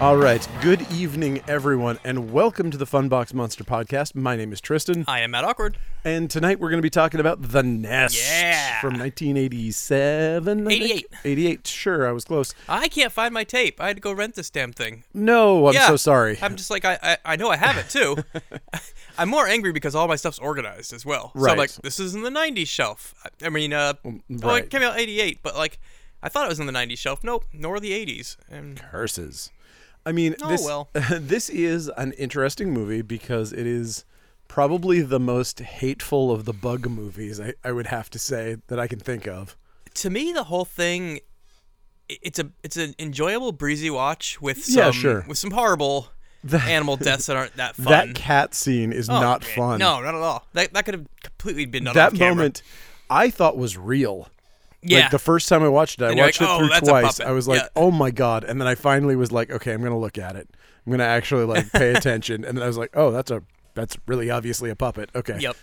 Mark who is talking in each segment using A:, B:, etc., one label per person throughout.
A: All right. Good evening, everyone, and welcome to the Funbox Monster Podcast. My name is Tristan,
B: I am Matt Awkward.
A: and tonight we're going to be talking about The Nest
B: Yeah.
A: from 1987. I think?
B: 88.
A: 88. Sure, I was close.
B: I can't find my tape. I had to go rent this damn thing.
A: No, I'm
B: Yeah.
A: so sorry.
B: I'm just like I, I, I know I have it too. I'm more angry because all my stuff's organized as well. So
A: Right. Mm,
B: I'm like, this is in the '90s shelf. I, I mean, uh, well,
A: right.
B: it came out '88, but like, I thought it was in the '90s shelf. Nope, nor the '80s. And
A: Curses. I mean,
B: Oh,
A: this,
B: well.
A: this is an interesting movie because it is probably the most hateful of the bug movies, I, I would have to say, that I can think of.
B: to me, the whole thing, i- it's a it's an enjoyable breezy watch with some
A: Yeah, sure.
B: with some horrible animal deaths that aren't that fun.
A: That cat scene is
B: Oh,
A: not
B: man.
A: fun.
B: No, not at all. That that could have completely been done.
A: that
B: off camera.
A: moment I thought was real.
B: yeah.
A: Like the first time I watched it, I
B: And you're
A: watched
B: like,
A: it
B: "Oh,
A: through
B: that's a
A: twice.
B: puppet."
A: I was like,
B: Yeah.
A: "Oh my god!" And then I finally was like, "Okay, I'm gonna look at it. I'm gonna actually like pay attention." And then I was like, "Oh, that's a that's really obviously a puppet." Okay.
B: Yep.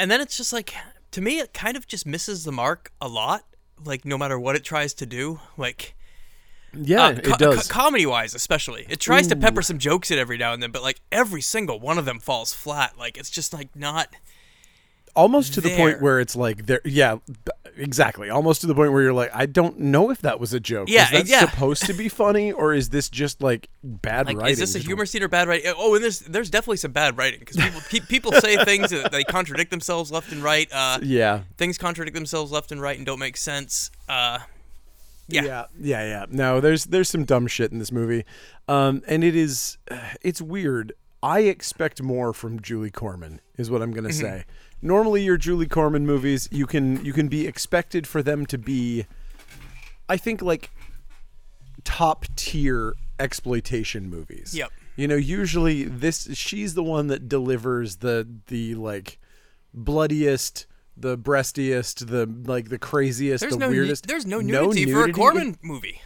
B: And then it's just like to me it kind of just misses the mark a lot, like no matter what it tries to do, like
A: Yeah,
B: uh, co-
A: it does.
B: co- comedy-wise especially. It tries to pepper some jokes in every now and then, but like every single one of them falls flat. Like it's just like not
A: almost to the point
B: there.
A: where it's like there. Yeah, b- exactly. Almost to the point where you're like, I don't know if that was a joke.
B: Yeah,
A: Is that
B: yeah.
A: supposed to be funny, or is this just like bad
B: like
A: writing?
B: is this a
A: Just-
B: humor scene or bad writing? Oh, and there's there's definitely some bad writing cuz people pe- people say things that they contradict themselves left and right. Uh
A: Yeah.
B: things contradict themselves left and right and don't make sense. Uh Yeah.
A: yeah, yeah, yeah. No, there's there's some dumb shit in this movie, um, and it is it's weird. I expect more from Julie Corman is what I'm gonna say. Normally, your Julie Corman movies, you can you can be expected for them to be, I think, like top tier exploitation movies.
B: Yep.
A: You know, usually this she's the one that delivers the the like bloodiest, the breastiest, the like the craziest,
B: there's
A: the
B: no nu-
A: weirdest.
B: there's no nudity, for a
A: nudity.
B: Corman movie.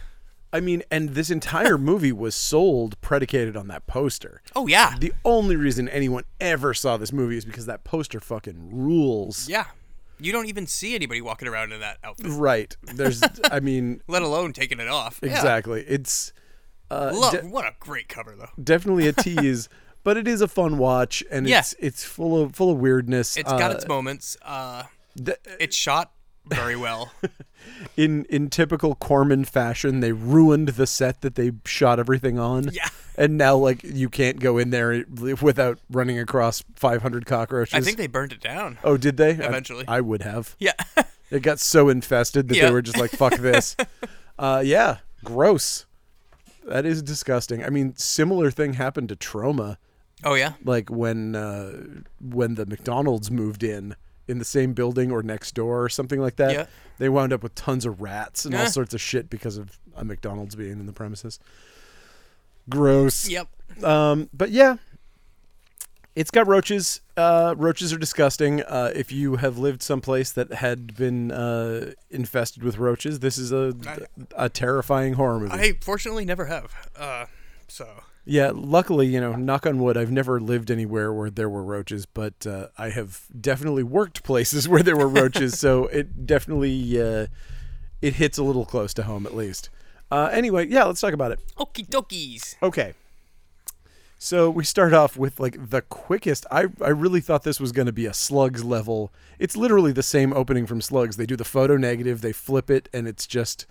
A: I mean, and this entire movie was sold predicated on that poster.
B: Oh yeah.
A: The only reason anyone ever saw this movie is because that poster fucking rules.
B: Yeah. You don't even see anybody walking around in that outfit,
A: Right. There's I mean,
B: let alone taking it off. Yeah.
A: exactly. It's
B: Lo- what a great cover though.
A: definitely a tease, but it is a fun watch and
B: Yeah.
A: it's it's full of full of weirdness.
B: It's got its moments. Uh
A: th-
B: it's shot very well.
A: in in typical Corman fashion, they ruined the set that they shot everything on.
B: Yeah.
A: And now like you can't go in there without running across 500 cockroaches.
B: I think they burned it down.
A: Oh, did they? I-
B: Eventually.
A: I, would have.
B: Yeah.
A: It got so infested that they
B: Yeah.
A: were just like, fuck this. uh, yeah, gross. That is disgusting. I mean, similar thing happened to Trauma,
B: oh yeah.
A: like when uh, when the McDonald's moved in in the same building or next door or something like that.
B: Yeah.
A: They wound up with tons of rats and all
B: Yeah.
A: sorts of shit because of a McDonald's being in the premises. Gross.
B: Yep.
A: Um, but yeah, it's got roaches. Uh, roaches are disgusting. Uh, if you have lived someplace that had been uh, infested with roaches, this is a a terrifying horror movie.
B: I fortunately never have. Uh so
A: yeah, luckily, you know, knock on wood, I've never lived anywhere where there were roaches, but uh, I have definitely worked places where there were roaches, so it definitely uh, it hits a little close to home at least. Uh, anyway, yeah, let's talk about it.
B: okie dokies.
A: Okay. So we start off with like the quickest. I, I really thought this was going to be a slugs level. It's literally the same opening from slugs. They do the photo negative, they flip it, and it's just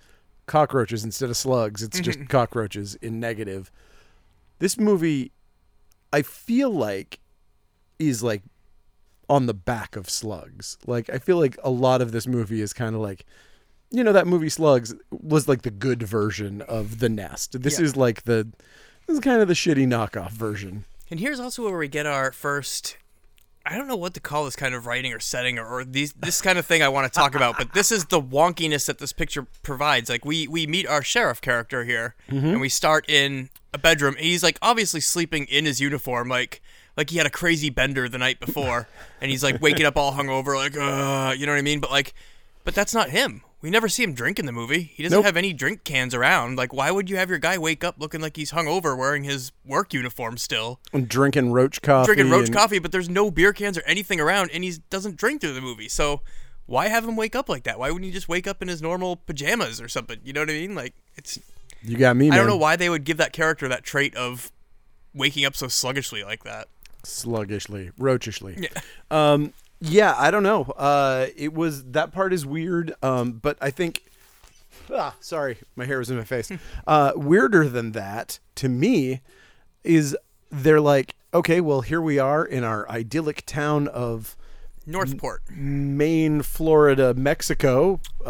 A: cockroaches instead of slugs. It's just cockroaches in negative. This movie, I feel like, is like on the back of slugs. Like, I feel like a lot of this movie is kind of like, you know, that movie Slugs was like the good version of The Nest. This
B: Yeah.
A: is like the, this is kind of the shitty knockoff version.
B: And here's also where we get our first I don't know what to call this kind of writing or setting or, or these this kind of thing I want to talk about, but this is the wonkiness that this picture provides. Like we we meet our sheriff character here and we start in a bedroom and he's like obviously sleeping in his uniform like like he had a crazy bender the night before and he's like waking up all hungover like uh you know what I mean? But like but that's not him. We never see him drink in the movie. He doesn't
A: Nope.
B: have any drink cans around. Like why would you have your guy wake up looking like he's hungover wearing his work uniform still?
A: And drinking roach coffee.
B: drinking roach
A: and-
B: coffee, but there's no beer cans or anything around, and he doesn't drink through the movie. So why have him wake up like that? Why wouldn't he just wake up in his normal pajamas or something? You know what I mean? Like it's
A: You got me, man.
B: I don't know why they would give that character that trait of waking up so sluggishly like that.
A: sluggishly, roachishly. Yeah. Um, yeah, I don't know. Uh, it was that part is weird, um, but I think. Ah, sorry, my hair was in my
B: Hmm.
A: face. uh, weirder than that to me is they're like, okay, well here we are in our idyllic town of
B: Northport,
A: Mm, Maine, Florida, Mexico. Uh,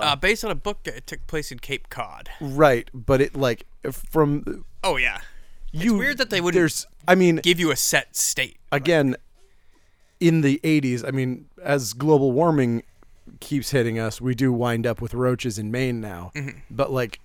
B: uh, based on a book that took place in Cape Cod.
A: right, but it like from
B: Oh yeah,
A: you.
B: weird that they wouldn't
A: There's, I mean,
B: give you a set state.
A: again in the 80s i mean as global warming keeps hitting us we do wind up with roaches in maine now
B: Mm-hmm.
A: but like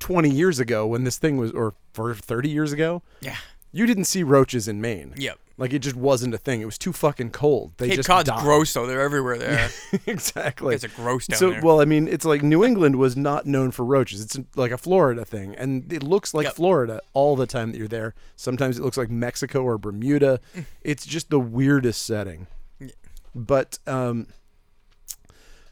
A: 20 years ago when this thing was or for 30 years ago
B: Yeah,
A: you didn't see roaches in maine
B: Yep.
A: like it just wasn't a thing it was too fucking cold they
B: Cape
A: just
B: Cod's
A: died.
B: gross though. They're everywhere there.
A: exactly
B: It's a gross down
A: so
B: there.
A: well i mean it's like new england was not known for roaches it's like a florida thing and it looks like
B: Yep.
A: florida all the time that you're there sometimes it looks like mexico or bermuda it's just the weirdest setting but um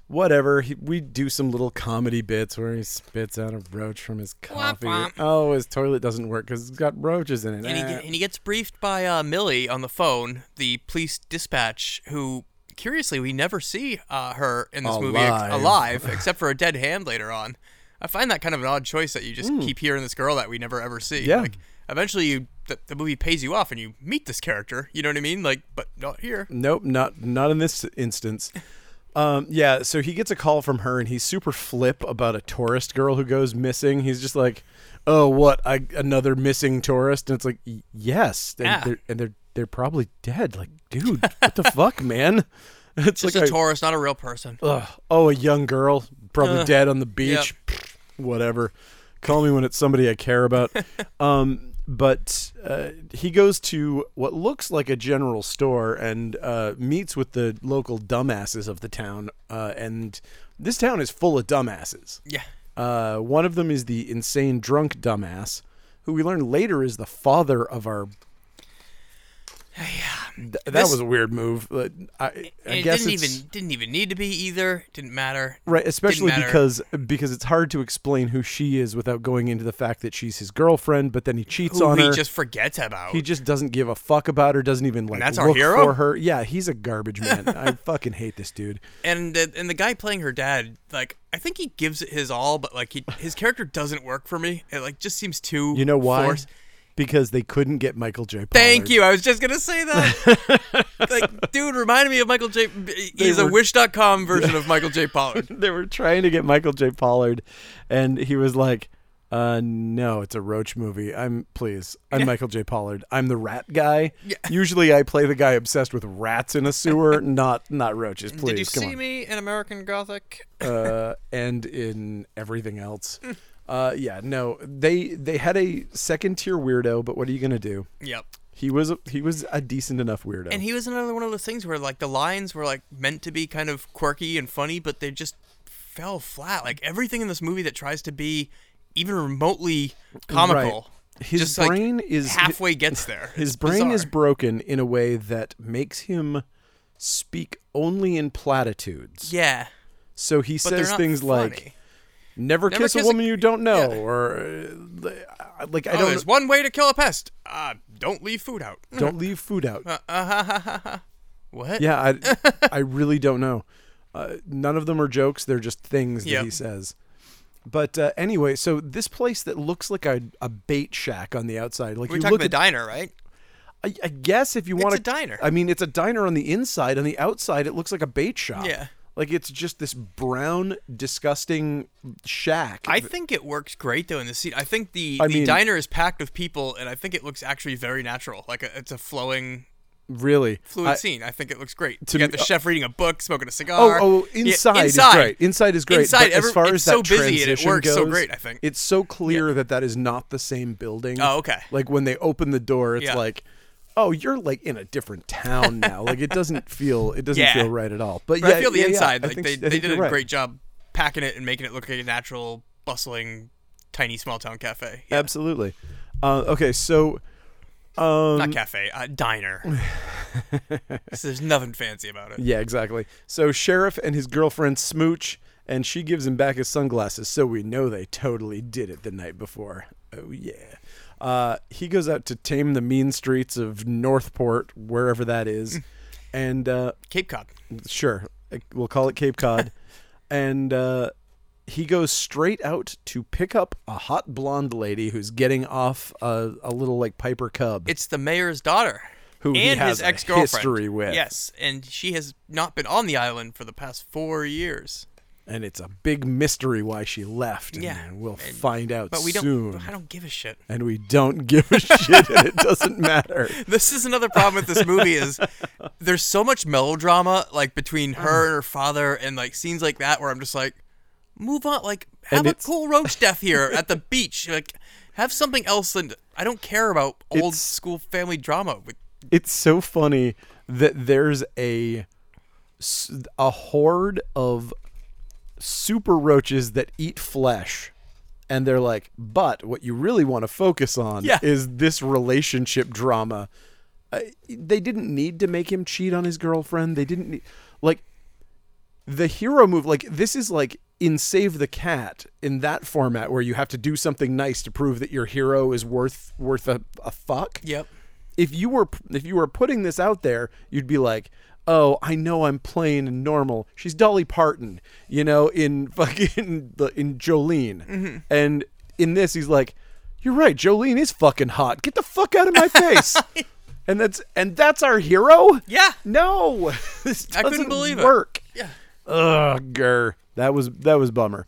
A: whatever he, we do some little comedy bits where he spits out a roach from his coffee
B: womp.
A: oh his toilet doesn't work because it's got roaches in it
B: and, he,
A: Ah.
B: get- and he gets briefed by uh, Millie on the phone, the police dispatch, who curiously we never see uh, her in this movie
A: Alive.
B: ex- alive, except for a dead hand later on. I find that kind of an odd choice that you just keep hearing this girl that we never ever see.
A: Hmm. Yeah.
B: Like, eventually, you the, the movie pays you off and you meet this character. You know what I mean? Like, but not here.
A: Nope, not not in this instance. Um, yeah, so he gets a call from her, and he's super flip about a tourist girl who goes missing. He's just like, "Oh, what? I, another missing tourist?" And it's like, "Y- "Yes," and,
B: Yeah.
A: they're, and they're they're probably dead. Like, dude, what the fuck, man? It's
B: Just
A: like,
B: a tourist, not a real person.
A: I- ugh, oh, a young girl probably
B: Ugh.
A: dead on the beach. Whatever. Call me when it's somebody I care about. um, but uh, he goes to what looks like a general store and uh, meets with the local dumbasses of the town. Uh, and this town is full of dumbasses.
B: Yeah.
A: Uh, one of them is the insane drunk dumbass, who we learn later is the father of our. Th- that
B: This-
A: was a weird move. Uh, I, I
B: And it
A: guess
B: didn't
A: it's-
B: even didn't even need to be either. Didn't matter.
A: Right, especially
B: matter.
A: because because it's hard to explain who she is without going into the fact that she's his girlfriend, but then he cheats
B: Who
A: on
B: he
A: her.
B: just forgets about.
A: he just doesn't give a fuck about her, doesn't even like
B: that's our
A: look
B: hero?
A: for her. Yeah, he's a garbage man. I fucking hate this dude.
B: and the, and the guy playing her dad, like I think he gives it his all, but like he, his character doesn't work for me. It like just seems too.
A: You know why? Oh
B: forced.
A: Because they couldn't get Michael J. Pollard.
B: Thank you. I was just gonna say that. like, dude, reminded me of Michael J. He's a
A: were-
B: Wish.com version of Michael J. Pollard.
A: They were trying to get Michael J. Pollard, and he was like, uh, "No, it's a Roach movie. I'm please. I'm Michael J. Pollard. I'm the rat guy.
B: Yeah.
A: Usually, I play the guy obsessed with rats in a sewer, not not roaches. Please,
B: Did you
A: come
B: see
A: on.
B: me in American Gothic?
A: uh, and in everything else. Uh, yeah, no, they they had a second tier weirdo, but what are you gonna do?
B: Yep.
A: He was a, he was a decent enough weirdo.
B: And he was another one of those things where like the lines were like meant to be kind of quirky and funny, but they just fell flat. Like everything in this movie that tries to be even remotely comical,
A: His
B: just, like,
A: brain is
B: halfway gets there.
A: his
B: It's
A: brain is
B: bizarre.
A: broken in a way that makes him speak only in platitudes.
B: yeah,
A: So he
B: but they're
A: says
B: not
A: things like
B: funny.
A: never, kiss,
B: kiss
A: a
B: a-
A: woman you don't know or uh, like I
B: Oh,
A: don't
B: there's one way to kill a pest. Uh, don't leave food out.
A: don't leave food out.
B: What?
A: Yeah, I, I really don't know. Uh, none of them are jokes. They're just things that
B: Yep.
A: he says. But uh, anyway, so this place that looks like a, a bait shack on the outside, like
B: We're
A: you
B: talking
A: look
B: the
A: at,
B: diner, right?
A: I, I guess if you want
B: a diner.
A: I mean, it's a diner on the inside. On the outside, it looks like a bait shop.
B: Yeah.
A: like it's just this brown, disgusting shack.
B: I think it works great though in the scene. I think the,
A: I
B: the
A: mean-
B: diner is packed with people, and I think it looks actually very natural. Like a, it's a flowing,
A: really
B: fluid
A: I-
B: scene. I think it looks great.
A: to
B: you got
A: me- uh,
B: the chef reading a book, smoking
A: Oh,
B: a cigar.
A: oh,
B: Yeah,
A: inside,
B: inside.
A: is great. Inside is great.
B: Inside,
A: but as
B: every-
A: far
B: it's
A: as that
B: so busy and it
A: transition
B: works so
A: goes,
B: great, I think.
A: it's so clear that that is not the same building.
B: Oh, okay.
A: Like when they open the door, it's
B: Yeah.
A: like, oh, you're like in a different town now. like it doesn't feel, it doesn't
B: Yeah.
A: feel right at all. But,
B: But
A: yeah,
B: I feel the
A: yeah, yeah,
B: inside.
A: I
B: Like
A: think-
B: they,
A: I
B: they
A: think
B: did a
A: you're right.
B: great job packing it and making it look like a natural, bustling, tiny small town cafe. Yeah,
A: Absolutely. Uh, okay, so Um,
B: not cafe, uh, diner. So there's nothing fancy about it.
A: yeah, exactly. So sheriff and his girlfriend smooch, and she gives him back his sunglasses, so we know they totally did it the night before. Oh yeah. Uh, he goes out to tame the mean streets of Northport, wherever that is,
B: Mm.
A: and uh,
B: Cape Cod.
A: sure, eh, we'll call it Cape Cod, and uh, he goes straight out to pick up a hot blonde lady who's getting off a, a little like Piper Cub.
B: It's the mayor's daughter.
A: Who
B: and
A: he has
B: his
A: a
B: ex girlfriend.
A: history with.
B: Yes, and she has not been on the island for the past four years.
A: and it's a big mystery why she left. And
B: Yeah,
A: we'll find out
B: But we don't.
A: soon.
B: I don't give a shit.
A: and we don't give a shit, and it doesn't matter.
B: This is another problem with this movie is there's so much melodrama like between
A: Uh.
B: her and her father and like scenes like that where I'm just like, move on, like have
A: And
B: a
A: it's-
B: cool roach death here at the beach, like have something else. And I don't care about old
A: It's-
B: school family drama. with-
A: It's so funny that there's a s- a horde of super roaches that eat flesh. And they're like, but what you really want to focus on
B: Yeah.
A: is this relationship drama. Uh, they didn't need to make him cheat on his girlfriend. They didn't need, like, the hero move like this is like in save the cat in that format where you have to do something nice to prove that your hero is worth worth a, a fuck
B: Yep.
A: if you were if you were putting this out there you'd be like oh i know i'm plain and normal she's dolly parton you know in fucking the in jolene
B: Mm-hmm.
A: and in this he's like you're right jolene is fucking hot get the fuck out of my face and that's and that's our hero
B: Yeah.
A: no, this
B: I
A: doesn't
B: couldn't believe it.
A: work.
B: Yeah.
A: Ugh, grr. That was that was bummer.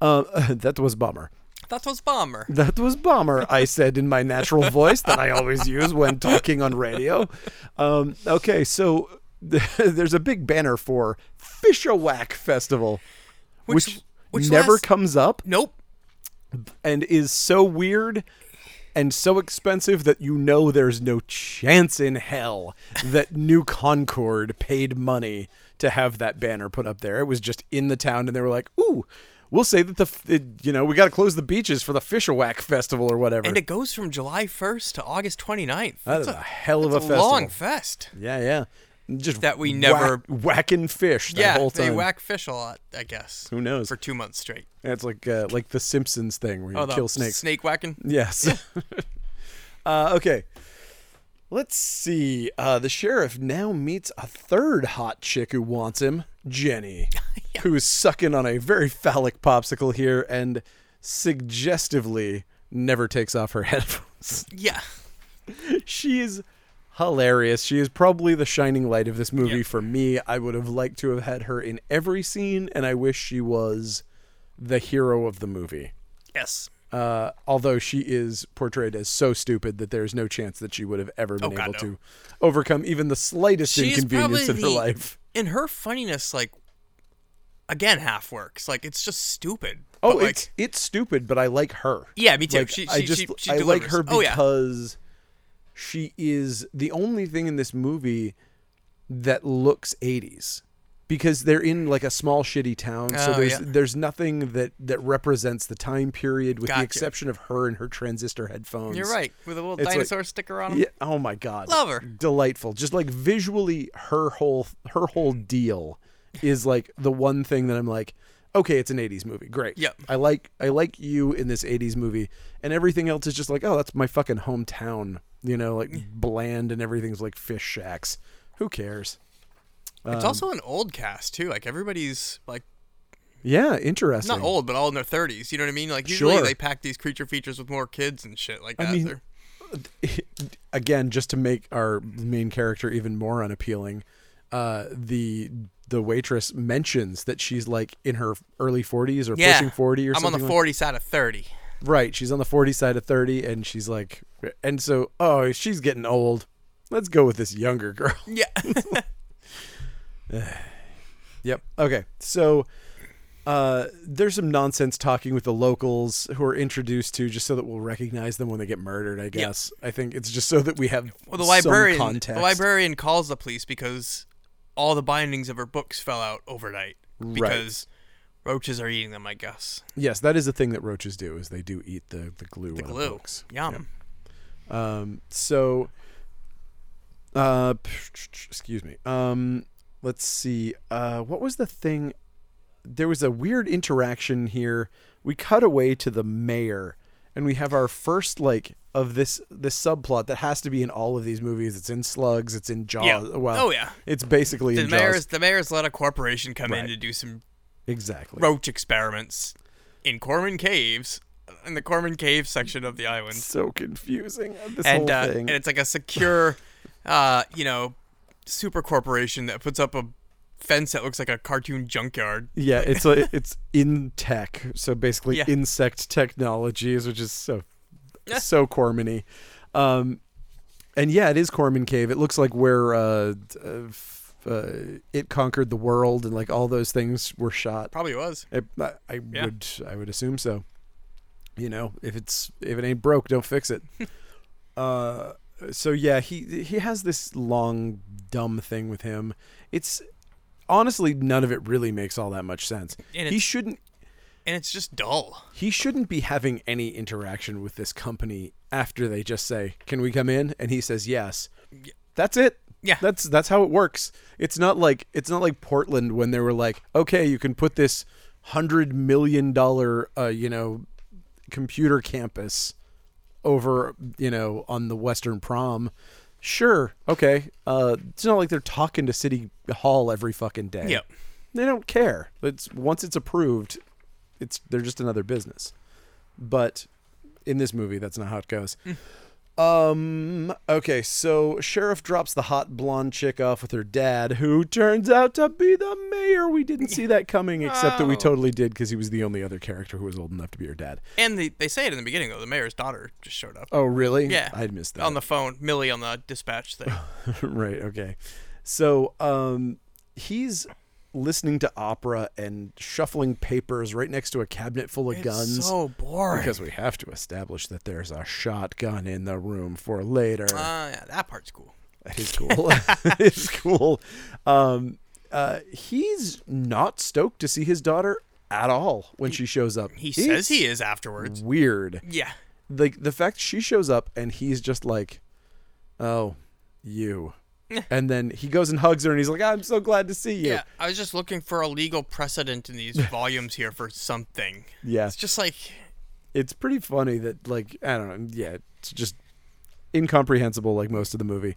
A: Uh, that was bummer.
B: That was bomber.
A: That was bummer. I said in my natural voice that I always use when talking on radio. Um, okay, so there's a big banner for Fishawack Festival,
B: Which-
A: which,
B: which
A: never
B: last-
A: comes up
B: Nope.
A: and is so weird and so expensive that you know there's no chance in hell that New Concord paid money to have that banner put up there. It was just in the town, and they were like, "Ooh, we'll say that the f- it, you know we got to close the beaches for the Fisherwack Festival or whatever."
B: And it goes from July 1st to August 29th.
A: that is a, hell of a
B: It's a
A: festival.
B: long fest.
A: yeah, yeah. Just
B: That we never-
A: whack, whacking fish. That
B: yeah,
A: whole
B: they
A: time.
B: whack fish a lot, I guess,
A: Who knows?
B: for two months straight.
A: It's like uh, like the Simpsons thing where you
B: Oh, the
A: kill snakes.
B: Snake whacking.
A: Yes. uh, okay. Let's see. Uh, the sheriff now meets a third hot chick who wants him, Jenny, who is sucking on a very phallic popsicle here and suggestively never takes off her headphones.
B: Yeah.
A: she is hilarious. She is probably the shining light of this movie for me. I would have liked to have had her in every scene, and I wish she was the hero of the movie
B: Yes.
A: uh, although she is portrayed as so stupid that there's no chance that she would have ever been
B: Oh, God,
A: able
B: no.
A: to overcome even the slightest
B: She is
A: inconvenience in
B: probably
A: her
B: the-
A: life.
B: And her funniness, like, again, half works. Like, it's just stupid.
A: Oh,
B: But, like,
A: it's it's stupid, but I like her.
B: yeah, me too.
A: Like,
B: she, she,
A: I just
B: she, she
A: I like her
B: delivers. oh, yeah.
A: because she is the only thing in this movie that looks 80s because they're in like a small shitty town so
B: Oh,
A: there's
B: yeah.
A: there's nothing that that represents the time period with
B: Gotcha.
A: the exception of her and her transistor headphones
B: You're right. With a little
A: It's like-
B: dinosaur sticker on them.
A: Yeah. Oh my god.
B: Love her.
A: Delightful. Just like visually, her whole her whole deal is like the one thing that I'm like, okay, it's an '80s movie. Great.
B: Yep.
A: I like I like you in this '80s movie, and everything else is just like, oh, that's my fucking hometown. You know, like bland, and everything's like fish shacks. Who cares?
B: It's also an old cast, too. Like, everybody's, like,
A: Yeah, interesting.
B: not old, but all in their 30s. You know what I mean? Like, usually
A: Sure.
B: they pack these creature features with more kids and shit like that.
A: mean,
B: They're-
A: again, just to make our main character even more unappealing, uh, the the waitress mentions that she's like in her early 40s or
B: yeah.
A: pushing 40 or
B: I'm on
A: something.
B: the
A: like-
B: 40 side of 30.
A: right, she's on the 40 side of 30, and she's like, and so oh, she's getting old. Let's go with this younger girl.
B: Yeah.
A: Yep. Okay. So uh, there's some nonsense talking with the locals who are introduced to just so that we'll recognize them when they get murdered. I guess. I think it's just so that we have
B: Well, the
A: some
B: librarian, the
A: context.
B: librarian calls the police because all the bindings of her books fell out overnight because roaches are eating them. I guess
A: Yes, that is a thing that roaches do is they do eat the the glue. The
B: glue.
A: books.
B: Yum.
A: Um, so, uh, excuse me. Um, let's see. Uh, what was the thing? there was a weird interaction here. We cut away to the mayor, and we have our first like of this this subplot that has to be in all of these movies. It's in Slugs. It's in Jaws.
B: Yeah.
A: Well,
B: Oh, yeah.
A: It's basically
B: The
A: in
B: mayor's
A: Jaws.
B: the mayor's let a corporation come
A: Right.
B: in to do some
A: Exactly.
B: roach experiments in Corman Caves, in the Corman Cave section of the island,
A: So confusing. This
B: and
A: whole
B: uh,
A: thing.
B: and it's like a secure, uh, you know, super corporation that puts up a fence that looks like a cartoon junkyard.
A: Yeah, it's like it's in tech, so basically
B: Yeah.
A: insect technologies, which is so so Cormany. Um, and yeah, it is Corman Cave. It looks like where uh, d- uh, f- uh, it conquered the world, and like all those things were shot.
B: Probably was.
A: It, I, I
B: Yeah.
A: would I would assume so. You know, if it's if it ain't broke, don't fix it. uh, so yeah, he he has this long dumb thing with him. It's honestly none of it really makes all that much sense.
B: And
A: he
B: it's-
A: shouldn't
B: And it's just dull.
A: he shouldn't be having any interaction with this company after they just say, "Can we come in?" and he says yes. That's it.
B: Yeah.
A: That's that's how it works. It's not like it's not like Portland when they were like, "Okay, you can put this 100 million dollar uh, you know, computer campus over, you know, on the Western Prom." Sure. Okay. Uh it's not like they're talking to City Hall every fucking day.
B: Yep.
A: They don't care. It's once it's approved, it's they're just another business. But in this movie, that's not how it goes.
B: Mm.
A: Um. Okay. So sheriff drops the hot blonde chick off with her dad, who turns out to be the mayor. We didn't see that coming, except that we
B: Wow.
A: totally did because he was the only other character who was old enough to be her dad.
B: And they, they say it in the beginning though. The mayor's daughter just showed up
A: Oh, really?
B: Yeah.
A: I'd missed that.
B: on the phone. Millie on the dispatch thing.
A: right okay so um he's listening to opera and shuffling papers right next to a cabinet full of guns
B: So boring.
A: because we have to establish that there's a shotgun in the room for later
B: uh, yeah, that part's cool.
A: it is cool it is cool um uh he's not stoked to see his daughter at all when she shows up
B: He says he is
A: Mm.
B: afterwards.
A: weird
B: Yeah.
A: like the fact she shows up and he's just like, "Oh, you," and then he goes and hugs her and he's like, "I'm so glad to see you."
B: Yeah, I was just looking for a legal precedent in these volumes here for something.
A: Yeah.
B: It's just like,
A: it's pretty funny that like I don't know. Yeah, it's just incomprehensible like most of the movie.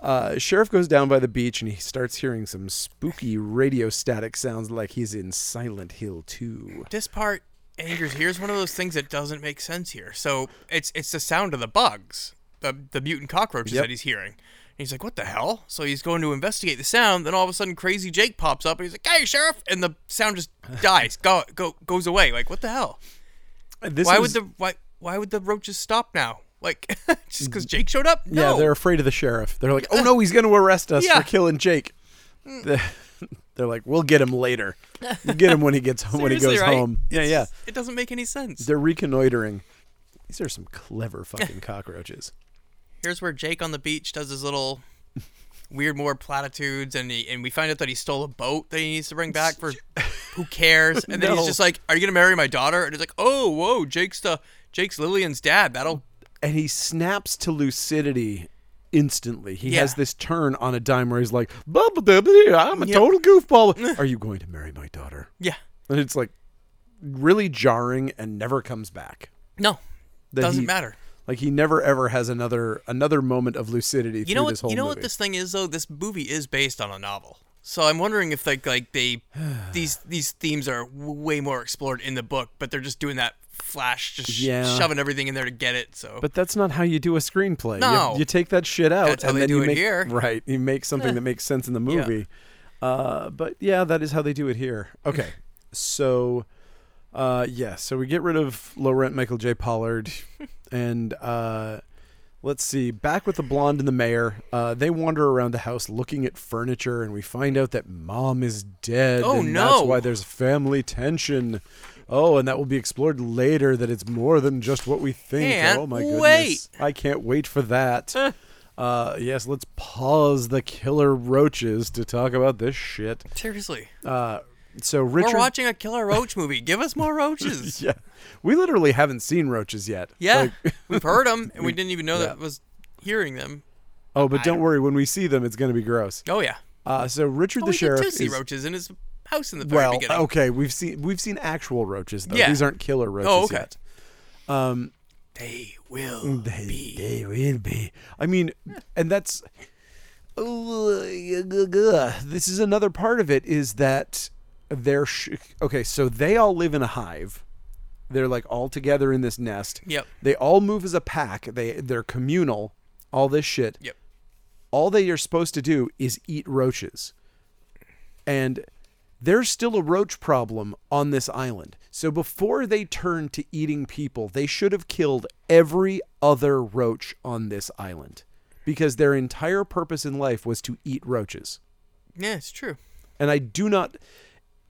A: Uh, Sheriff goes down by the beach and he starts hearing some spooky radio static sounds like he's in Silent Hill 2.
B: this part angers. Here's one of those things that doesn't make sense here. So it's it's the sound of the bugs, the the mutant cockroaches
A: Yep.
B: that he's hearing. And he's like, what the hell? So he's going to investigate the sound. Then all of a sudden, Crazy Jake pops up and he's like, hey, sheriff! And the sound just dies, go go goes away. Like, what the hell?
A: This
B: Why
A: was-
B: would the why why would the roaches stop now? Like, just because Jake showed up?
A: Mm-hmm. Yeah,
B: No.
A: they're afraid of the sheriff. They're like, "Oh no, he's going to arrest us
B: Yeah. Mm.
A: for killing Jake." They're like, "We'll get him later. We'll get him when he gets home, when he
B: Seriously,
A: goes
B: right?
A: home." Yeah, yeah.
B: It doesn't make any sense.
A: They're reconnoitering. These are some clever fucking cockroaches.
B: here's where Jake on the beach does his little weird more platitudes and he, and we find out that he stole a boat that he needs to bring back for who cares and then
A: No.
B: he's just like are you gonna marry my daughter and he's like oh whoa jake's the jake's lillian's dad that'll
A: And he snaps to lucidity instantly. He
B: Yeah.
A: has this turn on a dime where he's like, "Bubba dubba, I'm a total goofball. Are you going to marry my daughter?"
B: yeah
A: And it's like really jarring and never comes back.
B: no
A: That
B: doesn't
A: he-
B: matter
A: Like he never ever has another another moment of lucidity
B: you
A: through
B: know what
A: this whole
B: you know
A: movie.
B: what this thing is though this movie is based on a novel so i'm wondering if like like they these these themes are w- way more explored in the book but they're just doing that flash just sh-
A: Yeah.
B: shoving everything in there to get it so
A: But that's not how you do a screenplay. You-
B: No.
A: You, take that shit out
B: That's how
A: and
B: they
A: then
B: do
A: you
B: it
A: make
B: here.
A: right. You make something that makes sense in the movie. Uh, but yeah, that is how they do it here. Okay, so uh, yeah, so we get rid of low rent Michael J. Pollard, and uh, let's see, back with the blonde and the mayor. Uh, they wander around the house looking at furniture, and we find out that mom is dead.
B: Oh,
A: and That's
B: no.
A: why there's family tension. Oh, and that will be explored later. That it's more than just what we think think,
B: And
A: oh my goodness.
B: wait.
A: I can't wait for that. uh, yes, let's pause the killer roaches to talk about this shit.
B: seriously
A: Uh, so Richard
B: We're watching a killer roach movie. Give us more roaches.
A: Yeah. We literally haven't seen roaches yet.
B: Yeah,
A: Like,
B: we've heard them, and we didn't even know
A: yeah.
B: that was hearing them.
A: oh, but don't worry, when we see them it's going to be gross.
B: Oh yeah,
A: Uh, so Richard
B: oh,
A: the
B: we did
A: sheriff
B: too see
A: is-
B: roaches in his house in the very
A: well,
B: beginning.
A: okay, we've seen we've seen actual roaches though.
B: Yeah.
A: These aren't killer roaches
B: Oh, okay.
A: yet. Um,
B: They will
A: They,
B: be.
A: they will be. I mean, and that's this is another part of it is that they're sh- okay. So they all live in a hive. They're like all together in this nest.
B: Yep.
A: They all move as a pack. They they're communal. All this shit.
B: Yep.
A: all they are supposed to do is eat roaches. And there's still a roach problem on this island. So before they turn to eating people, they should have killed every other roach on this island because their entire purpose in life was to eat roaches.
B: Yeah, it's true.
A: And I do not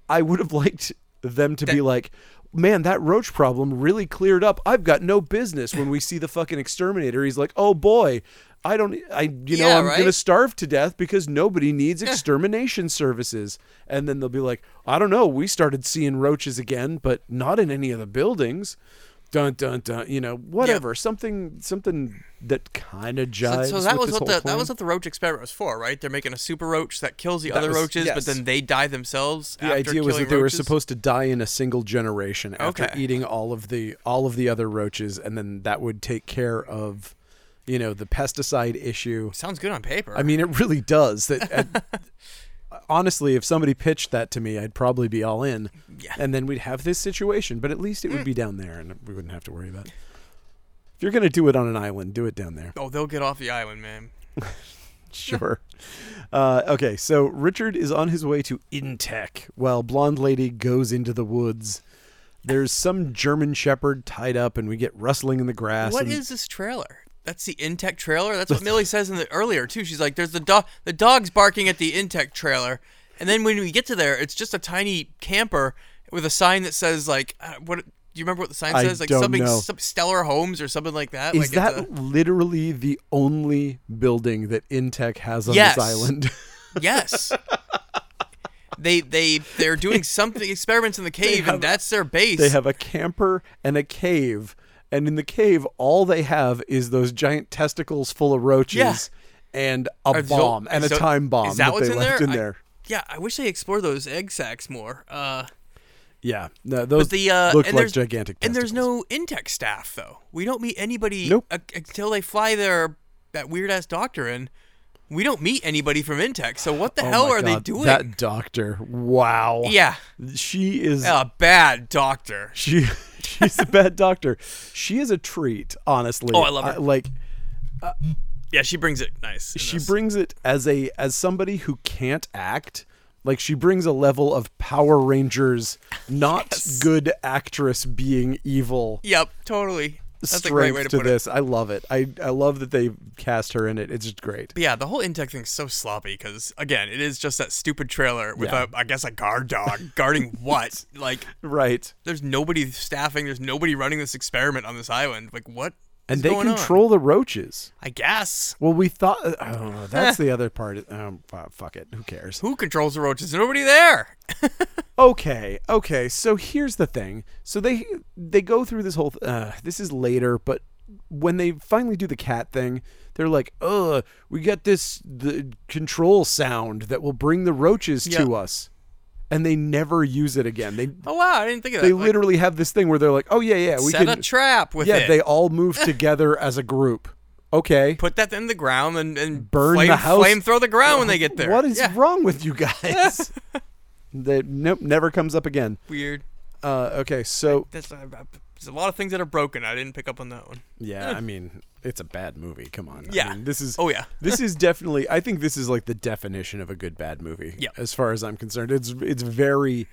A: I would have liked them to be like, "Man, that roach problem really cleared up. I've got no business when we see the fucking exterminator. He's like, "Oh boy, I don't I you know,
B: Yeah,
A: I'm
B: right?
A: going to starve to death because nobody needs extermination services." And then they'll be like, "I don't know, we started seeing roaches again, but not in any of the buildings." Dun dun dun, you know, whatever. Something something that kind of
B: So,
A: jives
B: so that
A: Uh, with
B: was
A: this
B: what
A: whole
B: the that
A: plan.
B: was what the roach experiment was for, right? They're making a super roach that kills the other
A: was-
B: roaches,
A: yes.
B: but then they die themselves.
A: the idea was that they were supposed to die in a single generation after
B: Okay.
A: eating all of the all of the other roaches and then that would take care of you know the pesticide issue
B: Sounds good on paper.
A: i mean it really does that uh, honestly if somebody pitched that to me i'd probably be all in
B: Yeah. Mm.
A: and then we'd have this situation but at least it would be down there and we wouldn't have to worry about it if you're going to do it on an island do it down there
B: oh, they'll get off the island, man.
A: Sure. Uh, okay, so Richard is on his way to Intech while Blonde Lady goes into the woods. There's some German Shepherd tied up, and we get rustling in the grass.
B: What
A: and
B: is this trailer? That's the Intech trailer. That's what Millie says in the earlier too. She's like, "There's the dog. The dog's barking at the Intech trailer." And then when we get to there, it's just a tiny camper with a sign that says like, uh, "What? Do you remember what the sign
A: I
B: says? Like
A: don't
B: something
A: know.
B: some Stellar Homes or something like that."
A: is
B: like
A: that
B: It's
A: literally the only building that Intech has on
B: Yes.
A: this island?
B: a, yes. They they they're doing something experiments in the cave, and that's their base.
A: they have a camper and a cave, and in the cave, all they have is those giant testicles full of roaches and a
B: Are zo-
A: bomb and a
B: zo-
A: time bomb
B: is that
A: they
B: what's in
A: left
B: there?
A: in
B: I-
A: there.
B: yeah, I wish they explored those egg sacs more. Uh,
A: yeah, no, those
B: the uh,
A: look
B: and
A: like
B: there's-
A: gigantic.
B: And there's
A: testicles.
B: no Intech staff though. We don't meet anybody
A: Nope.
B: ac- until they fly their that weird ass doctor in. We don't meet anybody from Intech. So what the
A: Oh
B: hell
A: my
B: are they
A: God,
B: doing?
A: That doctor. Wow.
B: yeah, Oh.
A: She is
B: a bad doctor.
A: she she's a bad doctor. She is a treat, honestly.
B: Oh, I love her.
A: like
B: Yeah, she brings it nice. in
A: she
B: this.
A: brings it as a as somebody who can't act. Like she brings a level of Power Rangers not good actress being evil
B: Yep, totally. That's a great
A: strength
B: way to,
A: to,
B: put it.
A: this. I love it. I I love that they cast her in it. It's just great.
B: But yeah, the whole Intech thing's so sloppy because again, it is just that stupid trailer with
A: Yeah.
B: a I guess a guard dog guarding what? Like
A: Right.
B: there's nobody staffing. There's nobody running this experiment on this island. Like what?
A: And
B: is
A: they
B: going on?
A: control the roaches.
B: I guess.
A: Well, we thought. Oh, that's the other part. Um, fu- fuck it. Who cares?
B: Who controls the roaches? There's nobody there.
A: okay okay so here's the thing so they they go through this whole th- uh, this is later but when they finally do the cat thing they're like uh we got this the control sound that will bring the roaches to
B: Yeah.
A: us and they never use it again they
B: Oh wow, I didn't think of that.
A: they
B: Like,
A: literally have this thing where they're like oh yeah yeah we
B: set
A: can
B: a trap with
A: yeah
B: it.
A: they all move together as a group okay
B: put that in the ground and, and
A: Burn
B: flame,
A: the house.
B: flame throw the ground when they get there.
A: what is
B: yeah.
A: wrong with you guys that nope never comes up again
B: weird?
A: uh okay so
B: That's, uh, uh, there's a lot of things that are broken. I didn't pick up on that one.
A: Yeah, I mean, it's a bad movie. Come on. I
B: Yeah.
A: mean, this is
B: Oh yeah,
A: this is definitely I think this is like the definition of a good bad movie.
B: Yeah.
A: As far as I'm concerned, it's it's very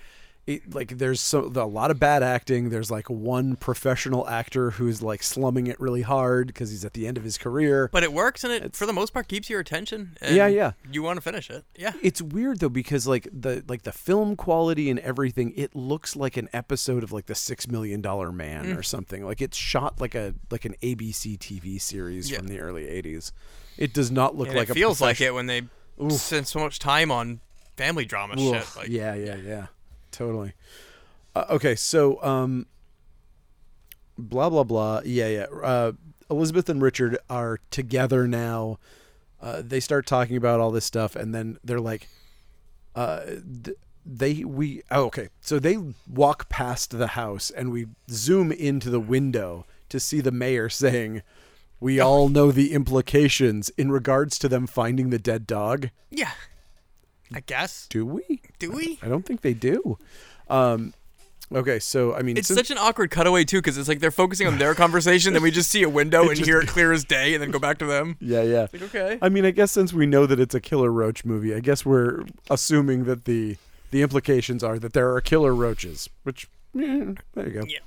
A: it, like there's so a lot of bad acting. There's like one professional actor who's like slumming it really hard because he's at the end of his career.
B: but it works and it for the most part keeps your attention. And
A: Yeah, yeah.
B: You want to finish it? Yeah.
A: it's weird though because like the like the film quality and everything it looks like an episode of like the six million dollar man
B: Mm.
A: or something like it's shot like a like an abc tv series
B: Yeah.
A: from the early 80s it does not look
B: And
A: like
B: it
A: a
B: feels like
A: profession-
B: it when they spend so much time on family drama shit.
A: Ugh,
B: Like
A: yeah yeah yeah totally uh, okay so um blah blah blah yeah yeah uh elizabeth and richard are together now uh, they start talking about all this stuff and then they're like uh, th- they we oh, okay so they walk past the house and we zoom into the window to see the mayor saying we
B: Oh.
A: all know the implications in regards to them finding the dead dog
B: Yeah. I guess.
A: do we
B: Do we?
A: i don't think they do um okay so i mean
B: It's
A: since-
B: such an awkward cutaway too, because it's like they're focusing on their conversation, then we just see a window and hear it clear as day, and then go back to them.
A: yeah yeah
B: Like, okay.
A: i mean i guess since we know that it's a killer roach movie i guess we're assuming that the the implications are that there are killer roaches which eh, there you go
B: Yeah.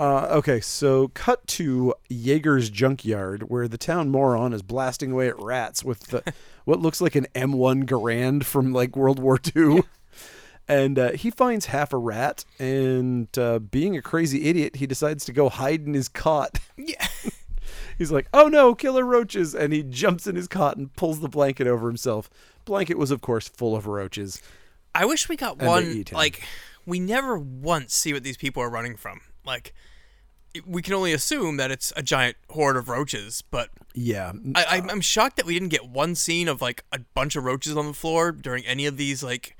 A: Uh, okay, so cut to Jaeger's junkyard, where the town moron is blasting away at rats with the, what looks like an M1 Garand from like World War II. And uh, he finds half a rat, and uh, being a crazy idiot, he decides to go hide in his cot.
B: Yeah.
A: He's like, "Oh no, killer roaches!" And he jumps in his cot and pulls the blanket over himself. Blanket was, of course, full of roaches.
B: I wish we got
A: they
B: one
A: eat him.
B: like we never once see what these people are running from. Like it- we can only assume that it's a giant horde of roaches, but
A: Yeah,
B: I, I'm, I'm shocked that we didn't get one scene of like a bunch of roaches on the floor during any of these like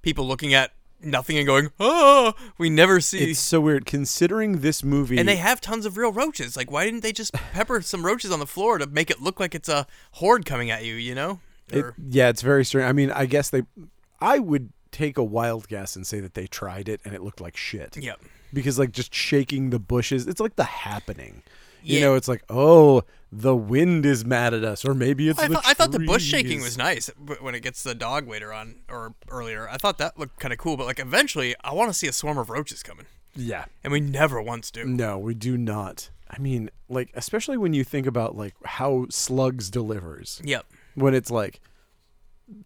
B: people looking at nothing and going, "Oh!" We never see,
A: it's so weird considering this movie.
B: and they have tons of real roaches. Like, why didn't they just pepper some roaches on the floor to make it look like it's a horde coming at you? You know?
A: It-
B: Or-
A: yeah, it's very strange. I mean, I guess they. I would take a wild guess and say that they tried it and it looked like shit.
B: Yep.
A: Because like just shaking the bushes, it's like the happening. You
B: Yeah.
A: know, it's like oh, the wind is mad at us, or maybe it's.
B: I,
A: the
B: thought, I thought the bush shaking
A: trees.
B: was nice w- when it gets the dog later on or earlier. I thought that looked kind of cool, but like eventually, I want to see a swarm of roaches coming,
A: Yeah.
B: and we never once do.
A: No, we do not. I mean, like especially when you think about like how slugs delivers
B: Yep.
A: when it's like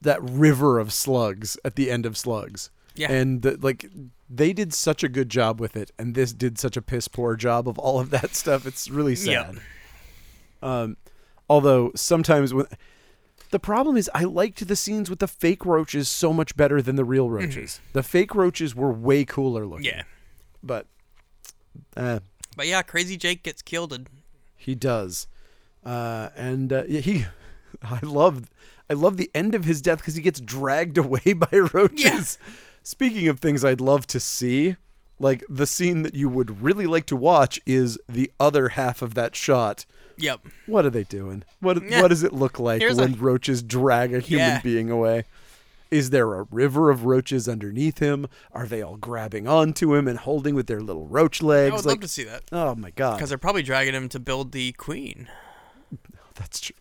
A: that river of slugs at the end of slugs.
B: Yeah.
A: And the, like they did such a good job with it and this did such a piss poor job of all of that stuff. It's really
B: Yep.
A: sad. Um although sometimes when the problem is I liked the scenes with the fake roaches so much better than the real roaches. The fake roaches were way cooler looking.
B: Mm-hmm. Yeah.
A: But uh
B: But yeah, Crazy Jake gets killed, and
A: he does, uh, and uh, yeah, he. I love, I love the end of his death because he gets dragged away by roaches. Speaking of things I'd love to see, like the scene that you would really like to watch is the other half of that shot.
B: yep.
A: What are they doing? What
B: Yeah.
A: what does it look like
B: Here's
A: when
B: a-
A: roaches drag a human
B: Yeah.
A: being away? Is there a river of roaches underneath him? Are they all grabbing onto him and holding with their little roach
B: I
A: legs?
B: would
A: like,
B: love to see that
A: oh my god,
B: because they're probably dragging him to build the queen.
A: that's true.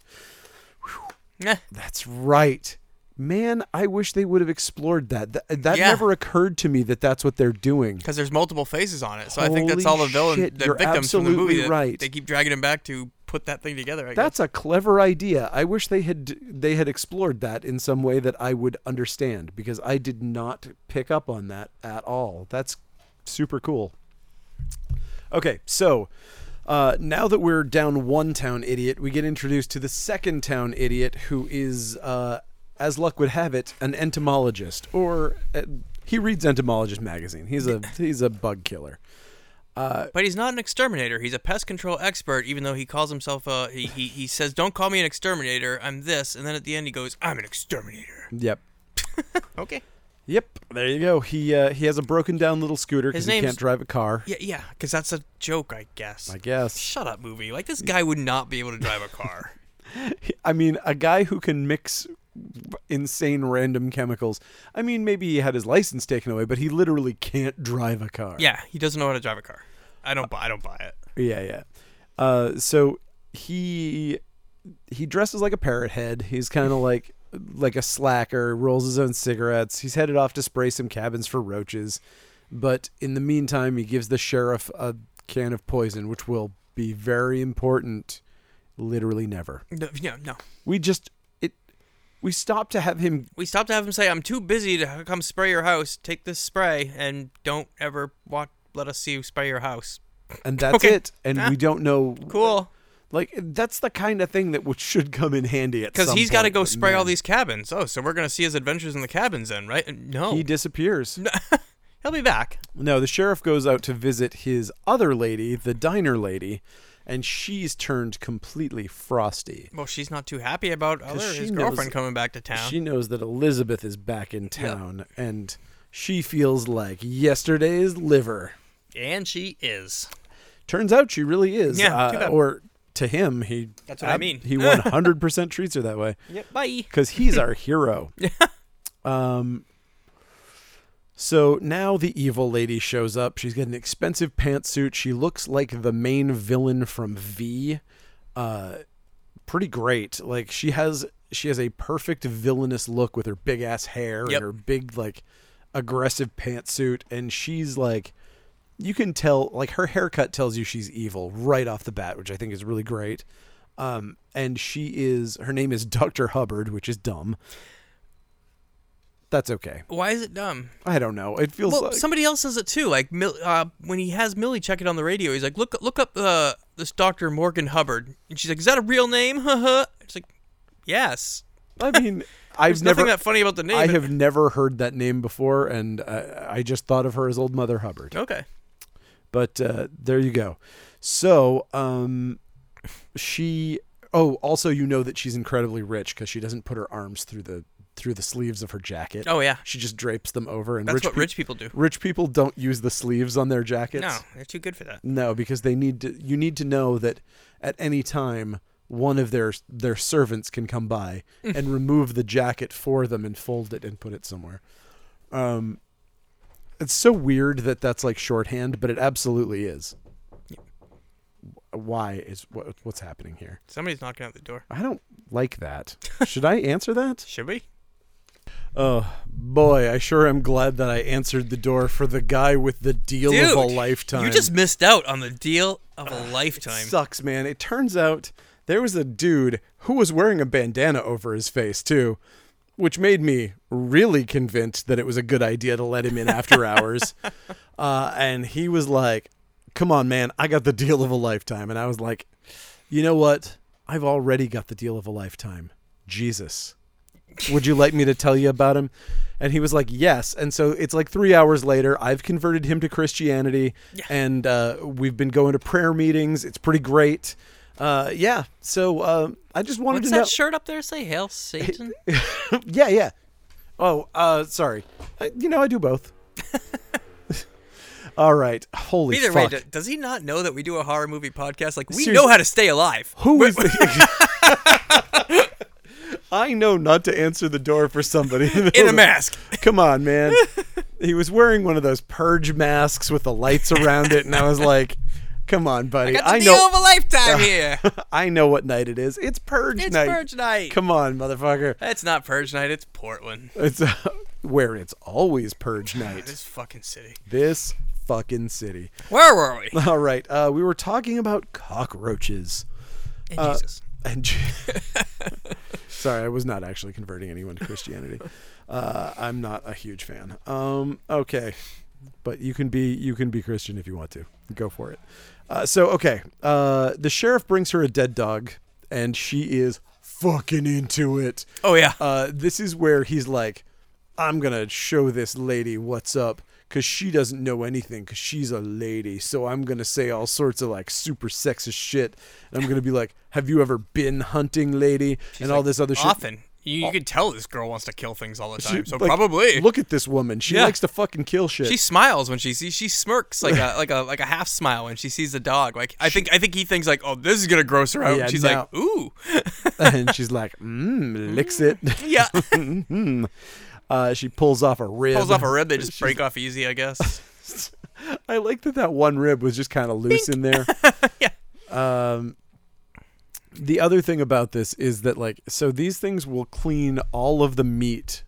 B: Yeah.
A: That's right. Man, I wish they would have explored that. That, that
B: Yeah.
A: never occurred to me that that's what they're doing.
B: Because there's multiple faces on it, so I think that's all
A: Holy
B: the villain,
A: shit,
B: the
A: you're
B: victims from the movie.
A: absolutely
B: that
A: right.
B: They keep dragging him back to put that thing together. I guess.
A: That's a clever idea. I wish they had they had explored that in some way that I would understand because I did not pick up on that at all. That's super cool. Okay, so uh, now that we're down one town idiot, we get introduced to the second town idiot, who is, uh, as luck would have it, an entomologist, or uh, he reads Entomologist magazine. He's a he's a bug killer.
B: But he's not an exterminator. He's a pest control expert, even though he calls himself a. He, he, he says, Don't call me an exterminator. I'm this. And then at the end, he goes, I'm an exterminator.
A: Yep.
B: Okay.
A: Yep, there you go. He uh, he has a broken down little scooter because
B: His
A: he
B: name's-
A: can't drive a car.
B: Yeah, yeah, because that's a joke, I guess.
A: I guess.
B: Shut up, movie. Like, this guy would not be able to drive a car.
A: I mean, a guy who can mix insane random chemicals. I mean, maybe he had his license taken away, but he literally can't drive a car.
B: yeah, he doesn't know how to drive a car. I don't, bu- I don't buy it.
A: Yeah, yeah. Uh, so he he dresses like a parrot head. He's kind of like like a slacker. Rolls his own cigarettes. He's headed off to spray some cabins for roaches, but in the meantime, he gives the sheriff a can of poison, which will be very important. Literally never.
B: No, no, no.
A: We just it we stopped to have him.
B: We stopped to have him say, I'm too busy to h- come spray your house. Take this spray and don't ever walk, let us see you spray your house.
A: and that's
B: Okay. Ah.
A: it. And we don't know.
B: Cool.
A: Like that's the kind of thing that would, should come in handy at.
B: Because
A: some
B: he's got to
A: point,
B: go
A: but
B: spray all
A: man,
B: these cabins. Oh, so we're going to see his adventures in the cabins then, right? Uh, No.
A: He disappears.
B: He'll be back.
A: No, the sheriff goes out to visit his other lady, the diner lady, and she's turned completely frosty.
B: Well, she's not too happy about other
A: she
B: his
A: knows-
B: girlfriend coming back to town.
A: She knows that Elizabeth is back in town, and She feels like yesterday's liver.
B: And she is.
A: Turns out she really is. uh,
B: Yeah, too bad.
A: or to him, he.
B: That's what I mean.
A: He 100% treats her that way
B: Yep. Bye.
A: because he's our hero. um. So now the evil lady shows up. She's got an expensive pantsuit. She looks like the main villain from V. Uh, pretty great. Like she has she has a perfect villainous look with her big ass hair
B: Yep.
A: and her big like aggressive pantsuit, and she's like. You can tell, like her haircut tells you she's evil right off the bat, which I think is really great. Um, and she is her name is Doctor Hubbard, which is dumb. That's okay.
B: Why is it dumb?
A: I don't know. It feels
B: Well,
A: like
B: somebody else says it too. Like Mil- uh, when he has Millie check it on the radio, he's like, "Look, look up uh, this Doctor Morgan Hubbard," and she's like, "Is that a real name?" Huh huh. It's like, "Yes."
A: I mean, I've
B: There's
A: never,
B: nothing that funny about the name.
A: I
B: but-
A: have never heard that name before, and uh, I just thought of her as Old Mother Hubbard.
B: Okay.
A: But uh, there you go. So, um, she. Oh, also, you know that she's incredibly rich because she doesn't put her arms through the through the sleeves of her jacket.
B: Oh yeah,
A: She just drapes them over, and
B: that's
A: rich
B: what
A: peop-
B: rich people do.
A: rich people don't use the sleeves on their jackets.
B: No, they're too good for that.
A: No, because they need to. You need to know that at any time one of their their servants can come by
B: Mm.
A: and remove the jacket for them and fold it and put it somewhere. Um, it's so weird that that's like shorthand, but it absolutely is. Why is what, what's happening here?
B: Somebody's knocking at the door.
A: I don't like that. Should I answer that?
B: Should we?
A: Oh boy, I sure am glad that I answered the door for the guy with the deal of a
B: Dude,
A: lifetime.
B: You just missed out on the deal of a lifetime.
A: Sucks, man. It turns out there was a dude who was wearing a bandana over his face too, which made me really convinced that it was a good idea to let him in after hours. Uh, and he was like, "Come on, man, I got the deal of a lifetime." And I was like, "You know what? I've already got the deal of a lifetime. Jesus." Would you like me to tell you about him? And he was like, Yes. And so it's like three hours later. I've converted him to Christianity and uh, we've been going to prayer meetings. It's pretty great. Uh, yeah. So uh, I just wanted
B: What's
A: to
B: that
A: know.
B: shirt up there say? Hail Satan.
A: yeah, yeah. Oh, uh, sorry. I, you know, I do both. All right. Holy
B: Either way,
A: fuck.
B: d- does he not know that we do a horror movie podcast? Like we
A: Seriously.
B: know how to stay alive.
A: Who is the- I know not to answer the door for somebody
B: In a mask.
A: Come on, man. he was wearing one of those purge masks with the lights around it, and I was like, "Come on, buddy.
B: Got the
A: I
B: deal
A: know,
B: of a lifetime here.
A: I know what night it is. It's purge
B: It's
A: night.
B: Purge Night.
A: Come on, motherfucker.
B: It's not Purge Night. It's Portland.
A: It's uh, where it's always purge night.
B: This fucking city.
A: This fucking city.
B: Where were we?
A: All right, uh, we were talking about cockroaches.
B: And
A: Uh,
B: Jesus.
A: And sorry, I was not actually converting anyone to Christianity. Uh, I'm not a huge fan. Um, okay, but you can be you can be Christian if you want to. Go for it. Uh, so okay, uh, the sheriff brings her a dead dog, and she is fucking into it.
B: Oh yeah.
A: Uh, this is where he's like, I'm gonna show this lady what's up because she doesn't know anything because she's a lady. So I'm gonna say all sorts of like super sexist shit. And I'm gonna be like, Have you ever been hunting, lady? and all this other shit. Oh.
B: Often you, you can tell this girl wants to kill things all the time.
A: She-
B: so
A: like,
B: probably
A: Look at this woman. She
B: Yeah.
A: likes to fucking kill shit.
B: she smiles when she sees. She smirks like a like a like a half smile when she sees the dog. Like I think I think he thinks like, oh, this is gonna gross her out.
A: Yeah,
B: and she's like, ooh,
A: and she's like, Mmm, licks it.
B: yeah.
A: Mhm. uh, she pulls off a rib.
B: Pulls off a rib. They just break off easy. I guess.
A: I like that that one rib was just kind of loose in there.
B: Yeah.
A: Um, the other thing about this is that like so these things will clean all of the meat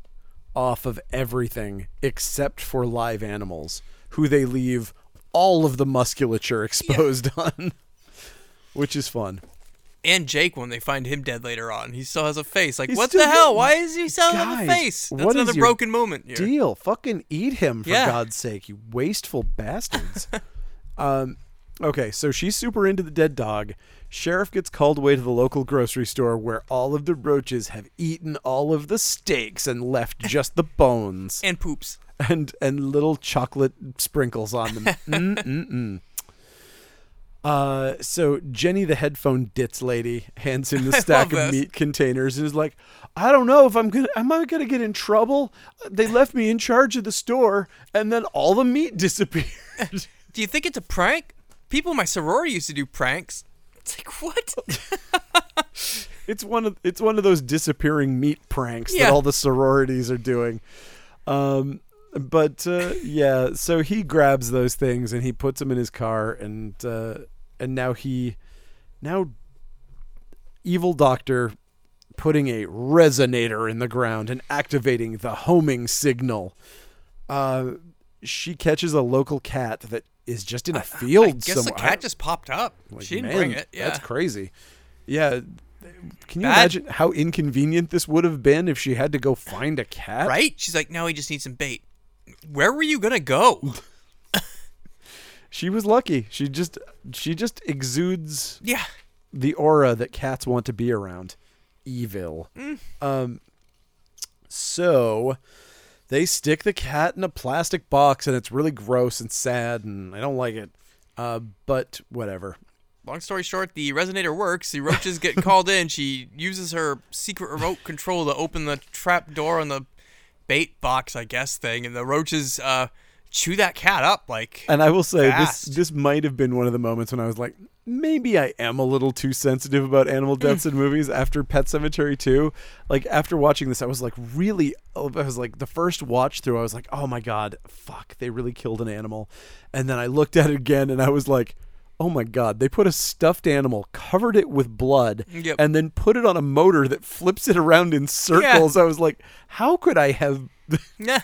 A: off of everything except for live animals, who they leave all of the musculature exposed on, which is fun.
B: And Jake, when they find him dead later on, he still has a face. Like,
A: He's
B: what
A: still
B: the hell?
A: got-
B: Why is he still have a
A: Guys,
B: face? That's
A: what is
B: another
A: your
B: broken moment. Here.
A: Deal, fucking eat him for
B: Yeah.
A: God's sake, you wasteful bastards. um, okay, so she's super into the dead dog. Sheriff gets called away to the local grocery store where all of the roaches have eaten all of the steaks and left just the bones
B: and poops.
A: and and little chocolate sprinkles on them. Mm-mm-mm. Uh, so Jenny, the headphone ditz lady, hands him the stack
B: love
A: of
B: this.
A: meat containers and is like, "I don't know if I'm gonna, am I gonna get in trouble? They left me in charge of the store, and then all the meat disappeared."
B: Do you think it's a prank? People in my sorority used to do pranks. It's like what?
A: It's one of it's one of those disappearing meat pranks
B: Yeah.
A: that all the sororities are doing. Um, but uh, yeah, so he grabs those things and he puts them in his car, and uh, and now he now evil doctor putting a resonator in the ground and activating the homing signal. Uh, she catches a local cat that is just in a field
B: I guess the
A: somewhere.
B: cat just popped up.
A: Like,
B: she didn't
A: man,
B: bring it. Yeah.
A: That's crazy. Yeah. Can you
B: Bad-
A: imagine how inconvenient this would have been if she had to go find a cat?
B: right? She's like, now we just need some bait. Where were you gonna go?
A: She was lucky. She just she just exudes
B: yeah.
A: the aura that cats want to be around. Evil.
B: Mm.
A: Um so they stick the cat in a plastic box and it's really gross and sad and I don't like it. Uh but whatever.
B: Long story short, the resonator works. The roaches get called in. She uses her secret remote control to open the trap door on the bait box, I guess, thing, and the roaches uh, chew that cat up. Like,
A: And I will say
B: Fast.
A: this this might have been one of the moments when I was like, maybe I am a little too sensitive about animal deaths in movies after Pet Cemetery 2. Like after watching this, I was like really I was like the first watch through, I was like, oh my god, fuck, they really killed an animal. And then I looked at it again and I was like, Oh my god, they put a stuffed animal, covered it with blood,
B: Yep.
A: and then put it on a motor that flips it around in circles. I was like, how could I have
B: nah,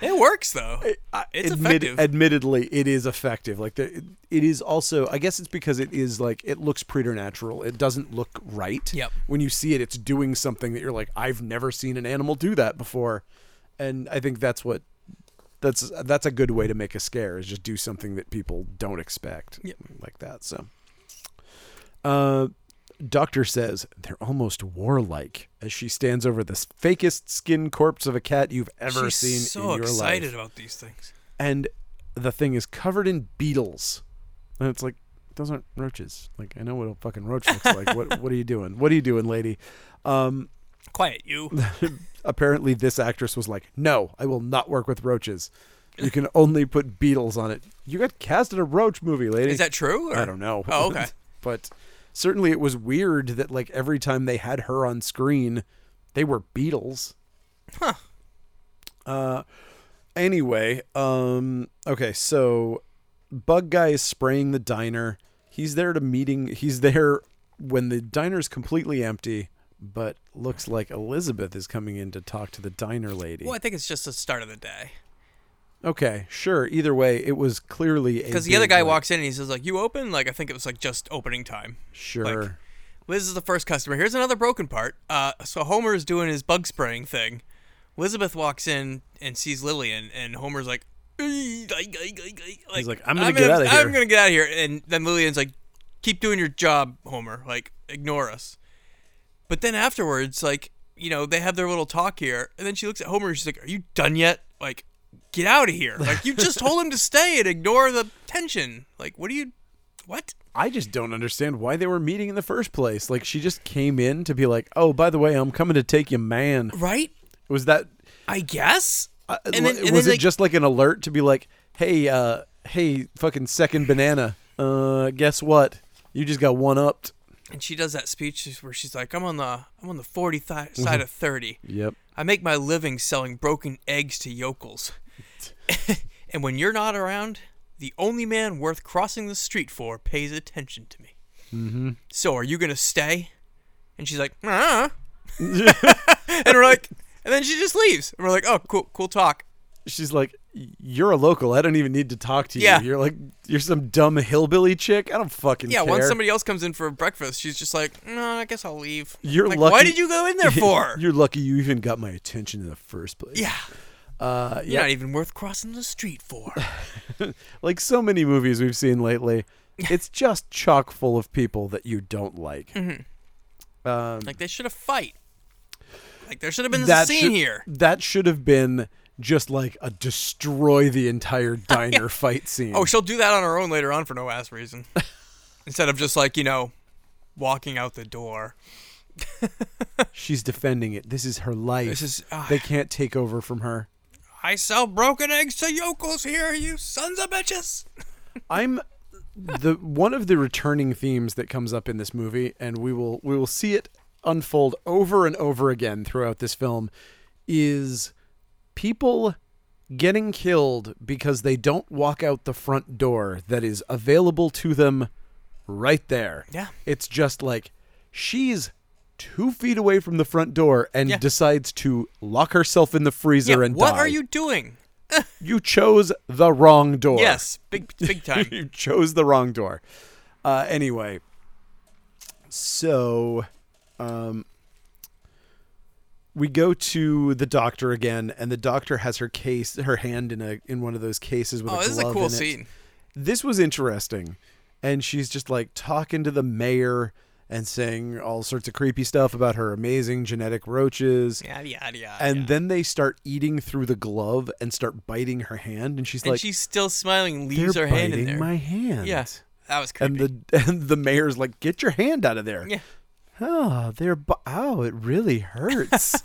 B: it works though.
A: I-
B: It's effective.
A: Admittedly, it is effective. Like the, it is also. I guess it's because it is like it looks preternatural. It doesn't look right.
B: Yep.
A: When you see it, it's doing something that you're like, I've never seen an animal do that before, and I think that's what. That's that's a good way to make a scare is just do something that people don't expect
B: Yep.
A: like that. So, uh, doctor says they're almost warlike as she stands over the fakest skin corpse of a cat you've ever
B: She's
A: seen
B: so
A: in your life
B: excited about these things.
A: and the thing is covered in beetles. And it's like, those aren't roaches. Like, I know what a fucking roach looks like. what What are you doing? What are you doing, lady? Um,
B: Quiet, you.
A: apparently, this actress was like, "No, I will not work with roaches. You can only put beetles on it. You got cast in a roach movie, lady.
B: Is that true? Or?
A: I don't know.
B: Oh, okay.
A: but certainly, it was weird that like every time they had her on screen, they were beetles.
B: Huh.
A: Uh, anyway, um, okay, so Bug Guy is spraying the diner. He's there at a meeting. He's there when the diner's completely empty, but looks like Elizabeth is coming in to talk to the diner lady.
B: Well, I think it's just the start of the day.
A: Okay, sure. Either way, it was clearly
B: Because the other guy walks in and he says, like, you open? Like, I think it was, like, just opening time.
A: Sure.
B: like- Liz is the first customer. Here's another broken part. Uh, so Homer is doing his bug spraying thing. Elizabeth walks in and sees Lillian, and Homer's like, "Ee, ey, ey, ey, ey,"
A: like, "I'm gonna get outta here."
B: I'm gonna get out of here." And then Lillian's like, "Keep doing your job, Homer. Like, ignore us." But then afterwards, like, you know, they have their little talk here, and then she looks at Homer. And she's like, "Are you done yet? Like, get out of here! Like, you just told him to stay and ignore the tension. Like, what do you, what?"
A: I just don't understand why they were meeting in the first place. Like, she just came in to be like, "Oh, by the way, I'm coming to take you, man."
B: Right?
A: Was that
B: I guess.
A: Uh,
B: And then-
A: wa-
B: and then,
A: was it
B: like-
A: just like an alert to be like, "Hey, uh, hey, fucking second banana. Uh, guess what? You just got one upped."
B: and she does that speech where she's like, "I'm on the I'm on the forty th- side of thirty.
A: Yep.
B: I make my living selling broken eggs to yokels, and when you're not around, the only man worth crossing the street for pays attention to me. Mm-hmm. So are you gonna stay?" And she's like, "Uh," and we're like, and then she just leaves, and we're like, "Oh, cool, cool talk."
A: She's like, "You're a local. I don't even need to talk to you.
B: Yeah.
A: You're like, you're some dumb hillbilly chick. I don't fucking
B: Yeah,
A: care."
B: once somebody else comes in for breakfast, she's just like, "No, I guess I'll leave."
A: You're
B: like,
A: lucky.
B: Why did you go in there for?
A: you're lucky you even got my attention in the first place.
B: yeah,
A: Uh, yeah.
B: you're not even worth crossing the street for.
A: like so many movies we've seen lately, it's just chock full of people that you don't like.
B: Mm-hmm.
A: Um,
B: Like they should have fight. Like there should have been this
A: that
B: scene
A: should,
B: here.
A: That should have been just like a destroy the entire diner fight scene.
B: Oh, she'll do that on her own later on for no ass reason. instead of just like you know walking out the door.
A: She's defending it. This is her life.
B: This is ah,
A: they can't take over from her.
B: I sell broken eggs to yokels here, you sons of bitches.
A: I'm the one of the returning themes that comes up in this movie, and we will we will see it unfold over and over again throughout this film, is people getting killed because they don't walk out the front door that is available to them right there.
B: Yeah.
A: It's just like she's two feet away from the front door and
B: Yeah.
A: decides to lock herself in the freezer and
B: what
A: die.
B: are you doing?
A: You chose the wrong door.
B: Yes, big big time.
A: you chose the wrong door. Uh, anyway, so um, we go to the doctor again, and the doctor has her case, her hand in a in one of those cases with
B: Oh,
A: a
B: this is
A: glove
B: a cool
A: in it.
B: scene.
A: This was interesting, and she's just like talking to the mayor and saying all sorts of creepy stuff about her amazing genetic roaches.
B: Yada yada yada.
A: And
B: yada.
A: then they start eating through the glove and start biting her hand, and she's
B: and
A: like,
B: she's still smiling,
A: "They're
B: leaves her hand in
A: biting
B: there.
A: my hand."
B: yeah, that was
A: and
B: creepy.
A: the and the mayor's like, "Get your hand out of there."
B: yeah,
A: Oh, they're bu- oh, it really hurts.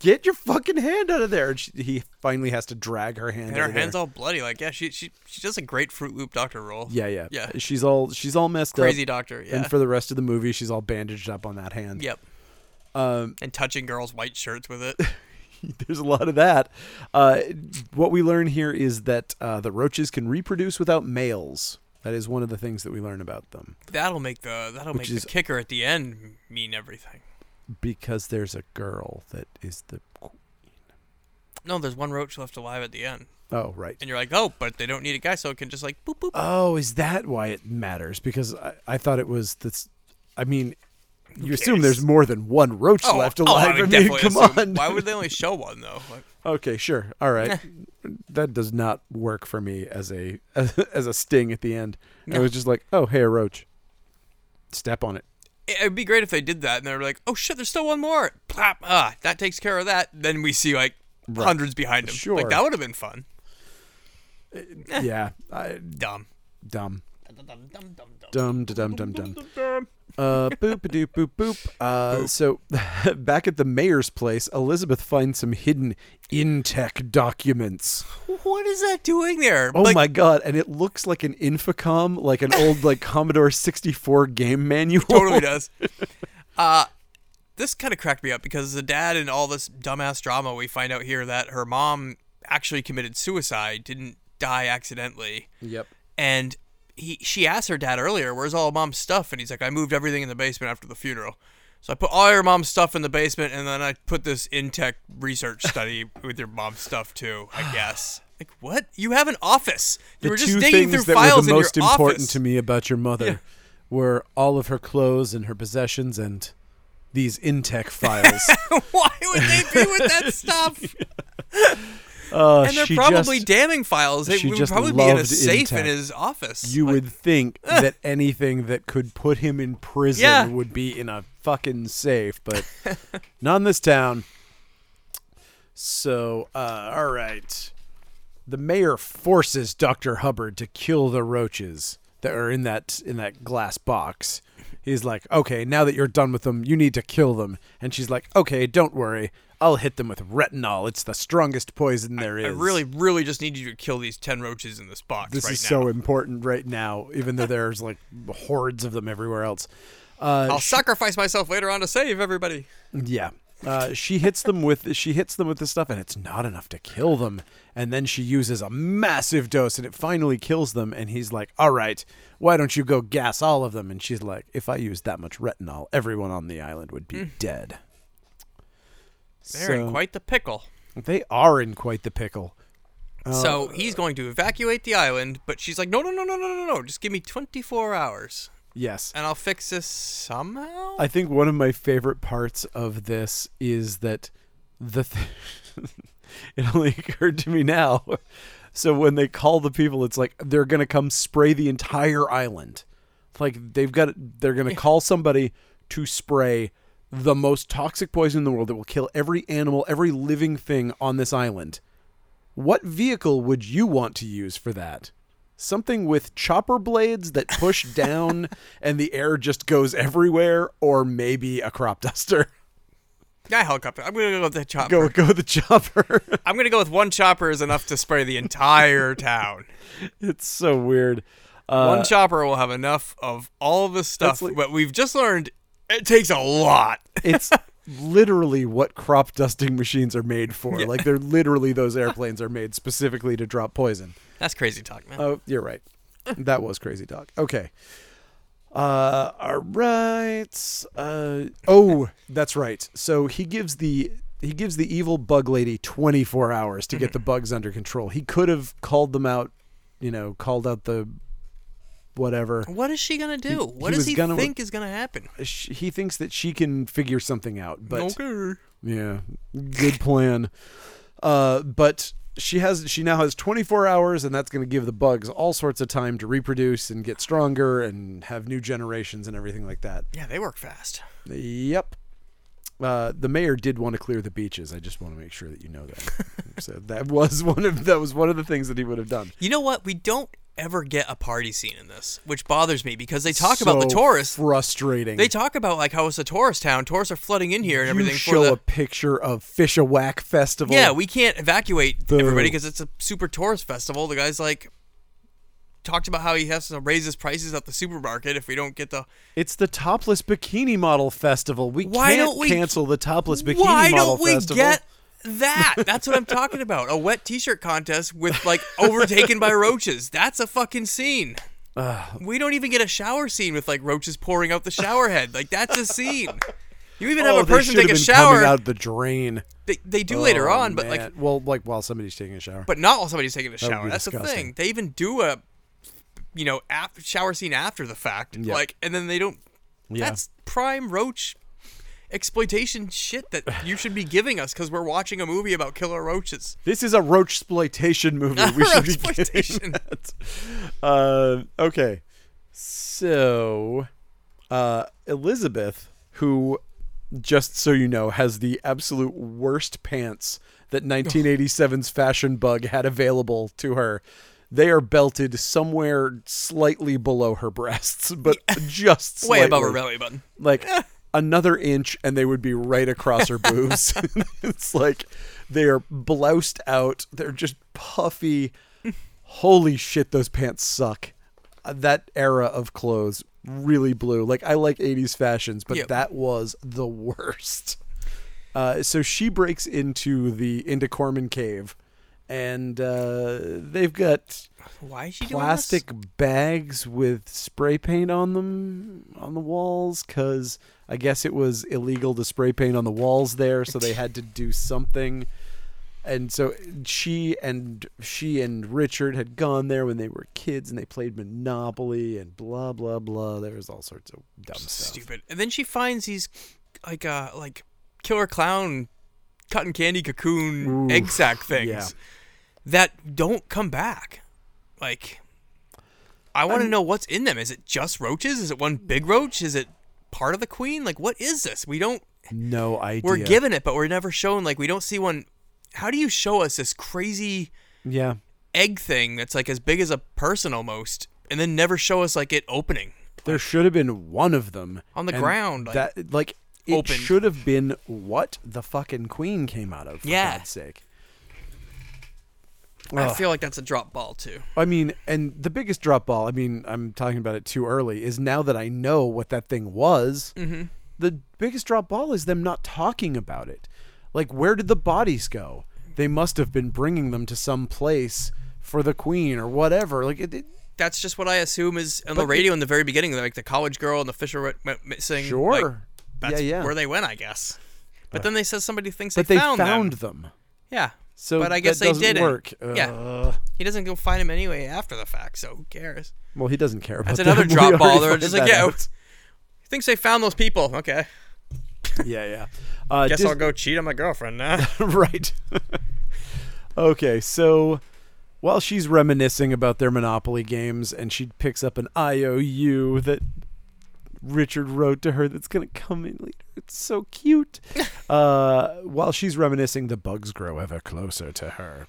A: Get your fucking hand out of there. And she, he finally has to drag her hand.
B: and
A: out
B: her
A: of there.
B: hands all bloody. Like yeah, she she she does a great Fruit Loop doctor role.
A: Yeah, yeah,
B: Yeah.
A: She's all she's all messed
B: crazy
A: up.
B: doctor. Yeah,
A: And for the rest of the movie, she's all bandaged up on that hand.
B: yep.
A: Um,
B: And touching girls' white shirts with it.
A: There's a lot of that. Uh, what we learn here is that uh, the roaches can reproduce without males. That is one of the things that we learn about them.
B: That'll make the that'll
A: Which
B: make
A: is-
B: the kicker at the end mean everything.
A: Because there's a girl that is the.
B: No, there's one roach left alive at the end,
A: Oh, right.
B: and you're like, oh, but they don't need a guy, so it can just like boop boop.
A: Oh, is that why it matters? Because I, I thought it was this. I mean, you assume
B: cares?
A: there's more than one roach
B: oh,
A: left
B: oh, I
A: alive.
B: would
A: I mean,
B: definitely
A: come
B: assume-
A: on.
B: Why would they only show one though? Like,
A: okay, sure. All right. that does not work for me as a as, a sting at the end. I
B: No.
A: was just like, oh, hey, a roach. Step on it.
B: it- it'd be great if they did that, and they were like, oh shit, there's still one more. Plap. Ah, that takes care of that. Then we see like
A: Right.
B: hundreds behind him.
A: Sure.
B: Like that would have been fun.
A: yeah. I,
B: Dumb.
A: dumb.
B: Dum, dum, dum, dum.
A: Dum, dum, dum, dum. Uh, boop a doop boop boop. Uh, so back at the mayor's place, Elizabeth finds some hidden Intech documents.
B: What is that doing there?
A: Oh
B: like,
A: my god! And it looks like an Infocom, like an old like Commodore sixty four game manual.
B: totally does. Uh, this kind of cracked me up because the dad and all this dumbass drama we find out here that her mom actually committed suicide, didn't die accidentally,
A: Yep.
B: and he she asked her dad earlier, "Where's all mom's stuff?" And he's like, "I moved everything in the basement after the funeral." So I put all your mom's stuff in the basement, and then I put this Intech research study with your mom's stuff too. I guess. Like what? You have an office.
A: The
B: You were
A: two
B: just digging
A: things
B: through
A: that were
B: files
A: the most
B: in your
A: important
B: office.
A: to me about your mother
B: Yeah.
A: were all of her clothes and her possessions and these Intech files.
B: Why would they be with that stuff?
A: Uh,
B: and they're
A: she
B: probably
A: just-
B: damning files. They
A: she
B: would
A: just
B: probably be in a
A: loved
B: safe
A: Intech.
B: in his office.
A: You would think that anything that could put him in prison
B: Yeah.
A: would be in a fucking safe, but not in this town. So, uh, all right. The mayor forces Dr. Hubbard to kill the roaches that are in that in that glass box. He's like, "Okay, now that you're done with them, you need to kill them." And she's like, "Okay, don't worry. I'll hit them with retinol. It's the strongest poison there is."
B: I really, really just need you to kill these ten roaches in this box
A: This
B: right
A: is
B: now.
A: so important right now, even though there's like hordes of them everywhere else.
B: I'll sacrifice myself later on to save everybody.
A: Yeah. Uh, she hits them with she hits them with this stuff, and it's not enough to kill them. And then she uses a massive dose, and it finally kills them. And he's like, "All right, why don't you go gas all of them?" And she's like, "If I used that much retinol, everyone on the island would be dead."
B: Hmm. They're in quite the pickle.
A: they are in quite the pickle. Uh,
B: so he's going to evacuate the island, but she's like, no, no, no, no, no, no, no. Just give me 24 hours,
A: Yes,
B: and I'll fix this somehow.
A: I think one of my favorite parts of this is that the th- it only occurred to me now. So when they call the people, it's like they're gonna come spray the entire island. Like they've got they're gonna call somebody to spray the most toxic poison in the world that will kill every animal, every living thing on this island. What vehicle would you want to use for that? something with chopper blades that push down and the air just goes everywhere, or maybe a crop duster.
B: Yeah, helicopter. I'm gonna go with the chopper.
A: Go go the chopper.
B: I'm gonna go with one chopper is enough to spray the entire town.
A: it's so weird.
B: one chopper will have enough of all the stuff.
A: Uh, like-
B: but we've just learned it takes a lot.
A: It's literally what crop dusting machines are made for. Like they're literally those airplanes are made specifically to drop poison.
B: That's crazy talk, man.
A: Oh, you're right. That was crazy talk. Okay. Uh, all right. Uh, oh, that's right. So he gives the he gives the evil bug lady 24 hours to get the bugs under control. He could have called them out, you know, called out the whatever.
B: what is she gonna do? what
A: he
B: does
A: was
B: he
A: gonna-
B: think is gonna happen?
A: Sh- He thinks that she can figure something out, but
B: okay.
A: Yeah, good plan. Uh, but she has she now has 24 hours, and that's going to give the bugs all sorts of time to reproduce and get stronger and have new generations and everything like that.
B: Yeah, they work fast.
A: Yep. Uh, the mayor did want to clear the beaches. I just want to make sure that you know that. so that was one of that was one of the things that he would have done.
B: You know what? We don't ever get a party scene in this, which bothers me because they talk about the
A: So
B: tourists.
A: Frustrating.
B: They talk about like how it's a tourist town. Tourists are flooding in here and
A: you
B: everything.
A: show
B: for the,
A: a picture of Fish a Whack Festival.
B: Yeah, we can't evacuate everybody
A: Boo.
B: because it's a super tourist festival. The guy's like talked about how he has to raise his prices at the supermarket if we don't get the.
A: It's the topless bikini model festival. We
B: Why
A: can't
B: don't we-
A: cancel the topless bikini
B: Why
A: model
B: don't we
A: festival.
B: get that? That's what I'm talking about. A wet T-shirt contest with like overtaken by roaches. That's a fucking scene. we don't even get a shower scene with like roaches pouring out the shower head. Like that's a scene. You even
A: Oh,
B: have a
A: they
B: person
A: should
B: take a
A: have been coming
B: shower.
A: out the drain
B: They, they do later
A: Oh,
B: on, but like
A: man. well, like while somebody's taking a shower.
B: but not while somebody's taking a shower.
A: be
B: That's the
A: disgusting.
B: thing. They even do a, you know, af- shower scene after the fact, like, and then they don't. That's prime roach exploitation shit that you should be giving us because we're watching a movie about killer roaches.
A: this is a roach exploitation movie. We should be
B: Roachploitation.
A: getting that. Uh, okay, so uh, Elizabeth, who just so you know has the absolute worst pants that 1987's fashion bug had available to her. They are belted somewhere slightly below her breasts, but just
B: Way above her
A: slightly
B: belly button.
A: like another inch and they would be right across her boobs. it's like they are bloused out. They're just puffy. Holy shit, those pants suck. Uh, That era of clothes really blew. Like I like 80s fashions, but
B: Yep.
A: that was the worst. Uh, so she breaks into the into Corman Cave, and uh, they've got
B: Why is she
A: plastic
B: doing
A: bags with spray paint on them on the walls because I guess it was illegal to spray paint on the walls there, so they had to do something. And so she and she and Richard had gone there when they were kids, and they played Monopoly and blah blah blah. There was all sorts of dumb
B: this?
A: stuff.
B: Stupid. And then she finds these, like, uh, like killer clown, cotton candy cocoon egg sack things
A: yeah.
B: that don't come back. Like, I want to know what's in them. Is it just roaches? Is it one big roach? Is it part of the queen? Like, what is this? We don't.
A: No idea.
B: We're given it, but we're never shown. Like, we don't see one. How do you show us this crazy
A: yeah.
B: egg thing that's like as big as a person almost, and then never show us like it opening?
A: There should have been one of them
B: On the
A: and
B: ground, like,
A: that like it
B: opened.
A: should have been what the fucking queen came out of. For
B: Yeah.
A: God's sake.
B: I
A: Ugh.
B: feel like that's a drop ball too.
A: I mean, and the biggest drop ball. I mean, I'm talking about it too early. Is now that I know what that thing was.
B: Mm-hmm.
A: The biggest drop ball is them not talking about it. Like, where did the bodies go? They must have been bringing them to some place for the queen or whatever. Like, it, it
B: That's just what I assume is on the radio in the very beginning, like the college girl and the fisher went, went missing. like,
A: sure.
B: that's
A: yeah, yeah.
B: where they went, I guess. But then they said somebody thinks
A: but
B: they,
A: they
B: found, them.
A: them.
B: Yeah.
A: So
B: but I guess
A: that
B: they
A: doesn't
B: didn't.
A: work. Uh,
B: Yeah.
A: Ugh.
B: He doesn't go find him anyway after the fact, so who cares?
A: Well, he doesn't care about
B: That's another
A: them. We
B: drop ball.
A: already
B: They're
A: found
B: just
A: that
B: like, yeah,
A: out.
B: thinks they found those people. Okay.
A: yeah, yeah. Uh,
B: Guess
A: Dis-
B: I'll go cheat on my girlfriend now.
A: right. okay, so while she's reminiscing about their Monopoly games, and she picks up an IOU that Richard wrote to her that's going to come in later. It's so cute. uh, while she's reminiscing, the bugs grow ever closer to her.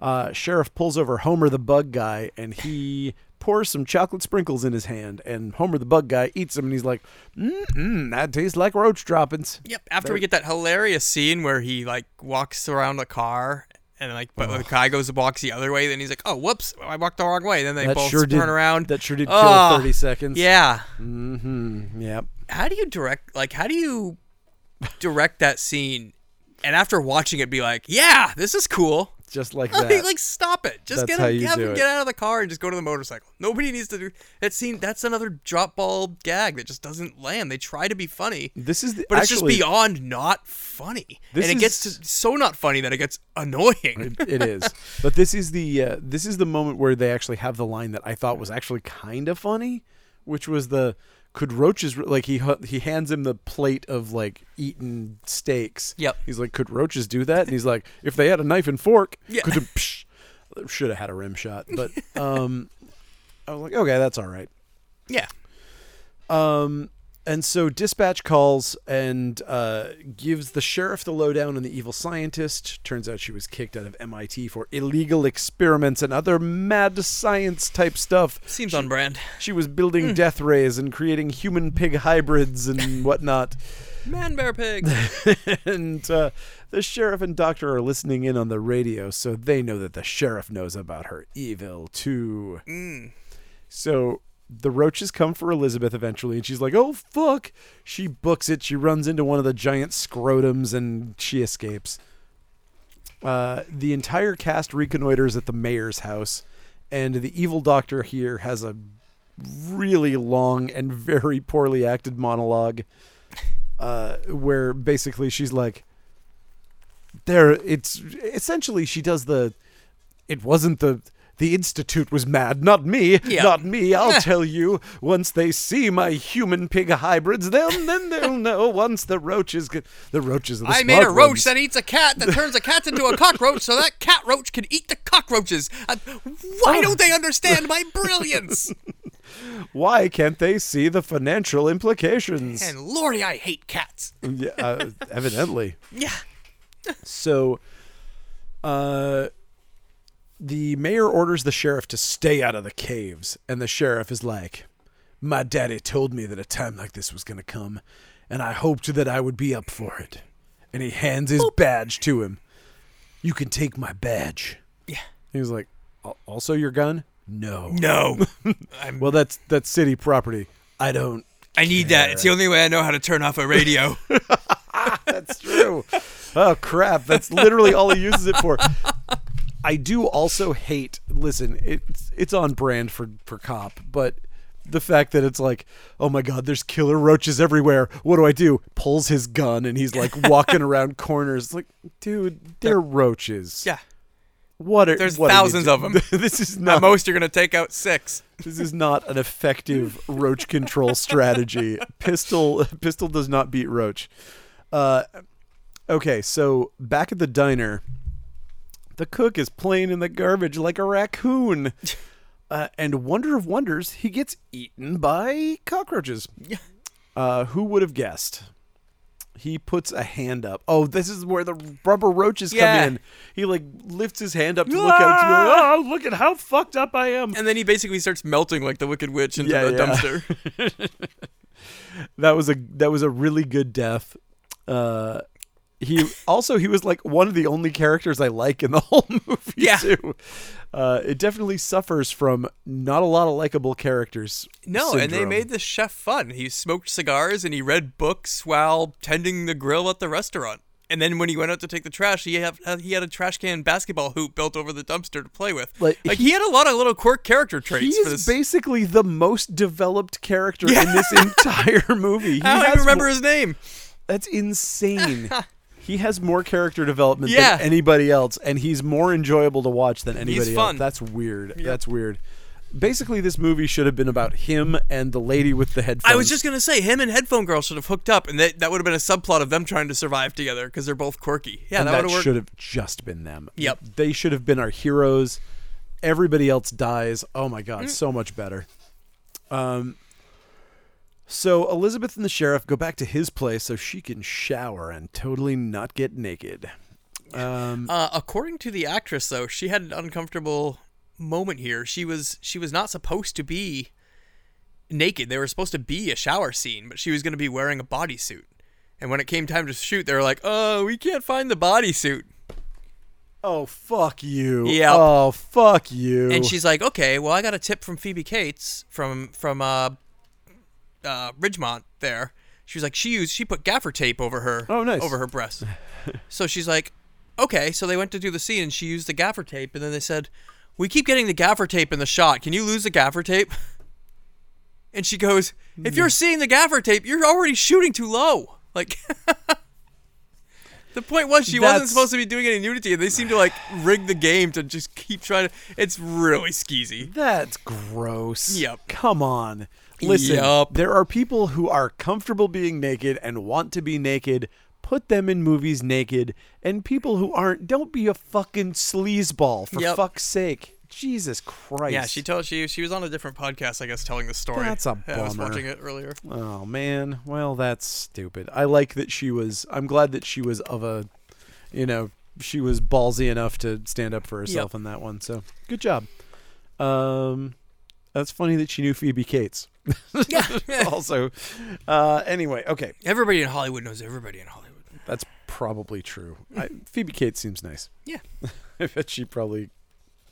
A: Uh, Sheriff pulls over Homer the bug guy and he pours some chocolate sprinkles in his hand. And Homer the bug guy eats them and he's like, mm that tastes like roach droppings.
B: Yep. After we get that hilarious scene where he like walks around the car and like, but the guy goes and walks the other way, then he's like, "Oh, whoops, I walked the wrong way." Then they
A: That
B: both
A: sure
B: turn
A: did,
B: around.
A: That sure did kill
B: Ah,
A: 30 seconds.
B: yeah.
A: Mm-hmm. Yep.
B: How do you direct? Like, how do you direct that scene? And after watching it, be like, "Yeah, this is cool."
A: Just like
B: Like,
A: that.
B: like, stop it. Just
A: That's
B: get
A: how
B: him,
A: you
B: have
A: do
B: him
A: it.
B: get out of the car and just go to the motorcycle. Nobody needs to do that scene. That's another drop ball gag that just doesn't land. They try to be funny,
A: This is the,
B: but it's
A: actually,
B: just beyond not funny. And
A: This
B: it gets
A: is-
B: to, so not funny that it gets annoying.
A: It- it is. But this is the uh, this is the moment where they actually have the line that I thought was actually kind of funny, which was the could roaches like he hu- he hands him the plate of like eaten steaks.
B: Yep.
A: He's like, could roaches do that? And he's like, if they had a knife and fork,
B: Yeah.
A: could they- psh." should have had a rim shot. But um, I was like, okay, that's all right.
B: Yeah.
A: Um, and so dispatch calls and uh, gives the sheriff the lowdown on the evil scientist. Turns out she was kicked out of MIT for illegal experiments and other mad science type stuff.
B: Seems on brand.
A: She was building death rays and creating human pig hybrids and whatnot.
B: Man bear pig.
A: and uh, the sheriff and doctor are listening in on the radio, so they know that the sheriff knows about her evil too. So the roaches come for Elizabeth eventually, and she's like, "Oh fuck!" She books it. She runs into one of the giant scrotums, and she escapes. Uh, the entire cast reconnoiters at the mayor's house, and the evil doctor here has a really long and very poorly acted monologue uh, where basically she's like, there. It's essentially she does the. It wasn't the. The institute was mad, not me,
B: Yeah.
A: not me. I'll
B: Eh.
A: tell you. Once they see my human pig hybrids, then then they'll know. Once the roaches, get, the roaches. Are the
B: I made a
A: smart
B: roach
A: ones.
B: that eats a cat that turns a cat into a cockroach so that cat roach can eat the cockroaches. Uh, why don't they understand my brilliance?
A: Why can't they see the financial implications?
B: and lordy, I hate cats.
A: yeah, uh, evidently.
B: Yeah.
A: So, uh, the mayor orders the sheriff to stay out of the caves, and the sheriff is like, "My daddy told me that a time like this was gonna come, and I hoped that I would be up for it." And he hands his badge to him. You can take my badge.
B: Yeah.
A: He's like, "Al- "Also your gun?" No.
B: No.
A: Well, that's that's city property. I don't.
B: I need that. It's the only way I know how to turn off a radio.
A: That's true. oh crap! That's literally all he uses it for. I do also hate. Listen, it's it's on brand for for cop, but the fact that it's like, oh my god, there's killer roaches everywhere. What do I do? Pulls his gun and he's like walking around corners. It's like, dude, they're roaches.
B: yeah.
A: What are
B: There's
A: what are you
B: thousands of
A: doing?
B: 'em.
A: this is
B: At
A: not
B: most, you're going to take out six.
A: this is not an effective roach control strategy. Pistol pistol does not beat roach. Uh, okay, so back at the diner, the cook is playing in the garbage like a raccoon. Uh, and wonder of wonders, he gets eaten by cockroaches. Uh, who would have guessed? He puts a hand up. Oh, this is where the rubber roaches
B: Yeah.
A: come in. He like lifts his hand up to look out. To go, oh, look at how fucked up I am.
B: And then he basically starts melting like the Wicked Witch into
A: Yeah,
B: the
A: yeah.
B: dumpster.
A: that was a that was a really good death. Uh, he also he was like one of the only characters I like in the whole movie
B: Yeah.
A: too. Uh, it definitely suffers from not a lot of likable characters.
B: No, and they
A: syndrome.
B: made the chef fun. He smoked cigars and he read books while tending the grill at the restaurant. And then when he went out to take the trash, he had he had a trash can basketball hoop built over the dumpster to play with.
A: Like,
B: Like, he, had a lot of little quirk character
A: he
B: traits. for
A: is
B: this.
A: basically the most developed character in this entire movie. He
B: I don't
A: has
B: even remember his name.
A: That's insane. he has more character development
B: Yeah.
A: than anybody else, and he's more enjoyable to watch than anybody
B: fun.
A: else. That's weird. That's weird. Basically, this movie should have been about him and the lady with the headphones.
B: I was just gonna say him and Headphone Girl should have hooked up, and that that would have been a subplot of them trying to survive together because they're both quirky. Yeah,
A: And
B: that would
A: that
B: have worked.
A: should have just been them.
B: Yep.
A: They should have been our heroes. Everybody else dies. Oh my
B: Mm.
A: god, so much better. Um so Elizabeth and the sheriff go back to his place so she can shower and totally not get naked. Um,
B: Uh, according to the actress, though, she had an uncomfortable moment here. She was she was not supposed to be naked. There was supposed to be a shower scene, but she was going to be wearing a bodysuit. And when it came time to shoot, they were like, "Oh, we can't find the bodysuit."
A: oh fuck you.
B: Yep.
A: Oh fuck you.
B: And she's like, "Okay, well, I got a tip from Phoebe Cates from from uh, uh, Ridgemont there." She was like, "She used she put gaffer tape over her
A: Oh, nice.
B: over her breasts." so she's like, "Okay." So they went to do the scene, and she used the gaffer tape, and then they said, "We keep getting the gaffer tape in the shot. Can you lose the gaffer tape?" And she goes, "If
A: Hmm.
B: you're seeing the gaffer tape, you're already shooting too low." Like. The point was she wasn't
A: That's-
B: supposed to be doing any nudity, and they seem to like rig the game to just keep trying to. It's really skeezy.
A: That's gross.
B: Yep.
A: Come on. Listen,
B: Yep.
A: there are people who are comfortable being naked and want to be naked. Put them in movies naked. And people who aren't, don't be a fucking sleazeball for
B: Yep.
A: fuck's sake. Jesus Christ.
B: Yeah, she told she she was on a different podcast, I guess, telling the story.
A: That's a
B: Yeah, I was
A: bummer.
B: watching it earlier.
A: Oh man, well that's stupid. I like that she was. I'm glad that she was of a, you know, she was ballsy enough to stand up for herself
B: Yep.
A: in that one. So good job. Um, that's funny that she knew Phoebe Cates.
B: Yeah.
A: also, uh, anyway, okay,
B: Everybody in Hollywood knows everybody in Hollywood.
A: that's probably true. I, Phoebe Cates seems nice.
B: Yeah.
A: I bet she probably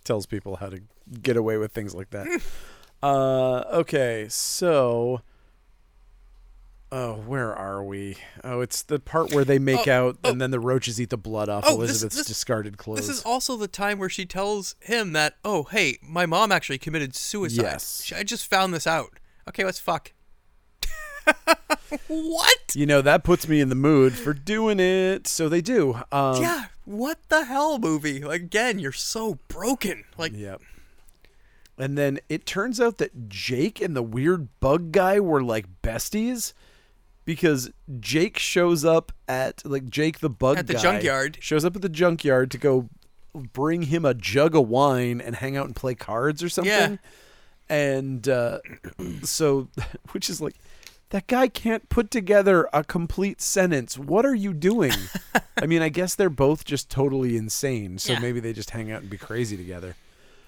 A: tells people how to get away with things like that. uh, okay, so. Oh, where are we? Oh, it's the part where they make out and then the roaches eat the blood off
B: Oh, this-
A: Elizabeth's
B: this-
A: discarded clothes.
B: This is also the time where she tells him that, oh hey, my mom actually committed suicide.
A: Yes.
B: She- I just found this out. Okay, let's fuck. what?
A: you know, that puts me in the mood for doing it. So they do. Um,
B: Yeah. What the hell, movie? Like, again, you're so broken. Like,
A: Yep. And then it turns out that Jake and the weird bug guy were like besties because Jake shows up at like Jake the bug
B: At the
A: guy
B: junkyard.
A: shows up at the junkyard to go bring him a jug of wine and hang out and play cards or something.
B: Yeah.
A: And uh, so, which is like, that guy can't put together a complete sentence. What are you doing? I mean, I guess they're both just totally insane. So
B: Yeah.
A: maybe they just hang out and be crazy together.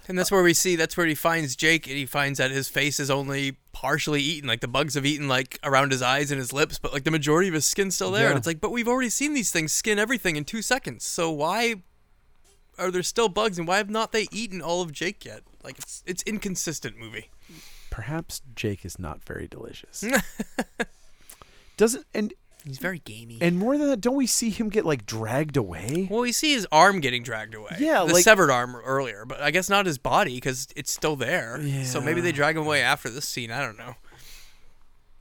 B: And that's where we see that's where he finds Jake and he finds that his face is only partially eaten. Like the bugs have eaten like around his eyes and his lips, but like the majority of his skin's still there.
A: Yeah.
B: And it's like, but we've already seen these things skin everything in two seconds. So why are there still bugs and why have not they eaten all of Jake yet? Like it's it's inconsistent movie.
A: perhaps Jake is not very delicious. Doesn't and
B: He's very gamey.
A: and more than that, don't we see him get like dragged away?
B: well, we see his arm getting dragged away.
A: Yeah,
B: the
A: like-
B: severed arm earlier, but I guess not his body because it's still there. So maybe they
A: Yeah.
B: drag him away after this scene. I don't know.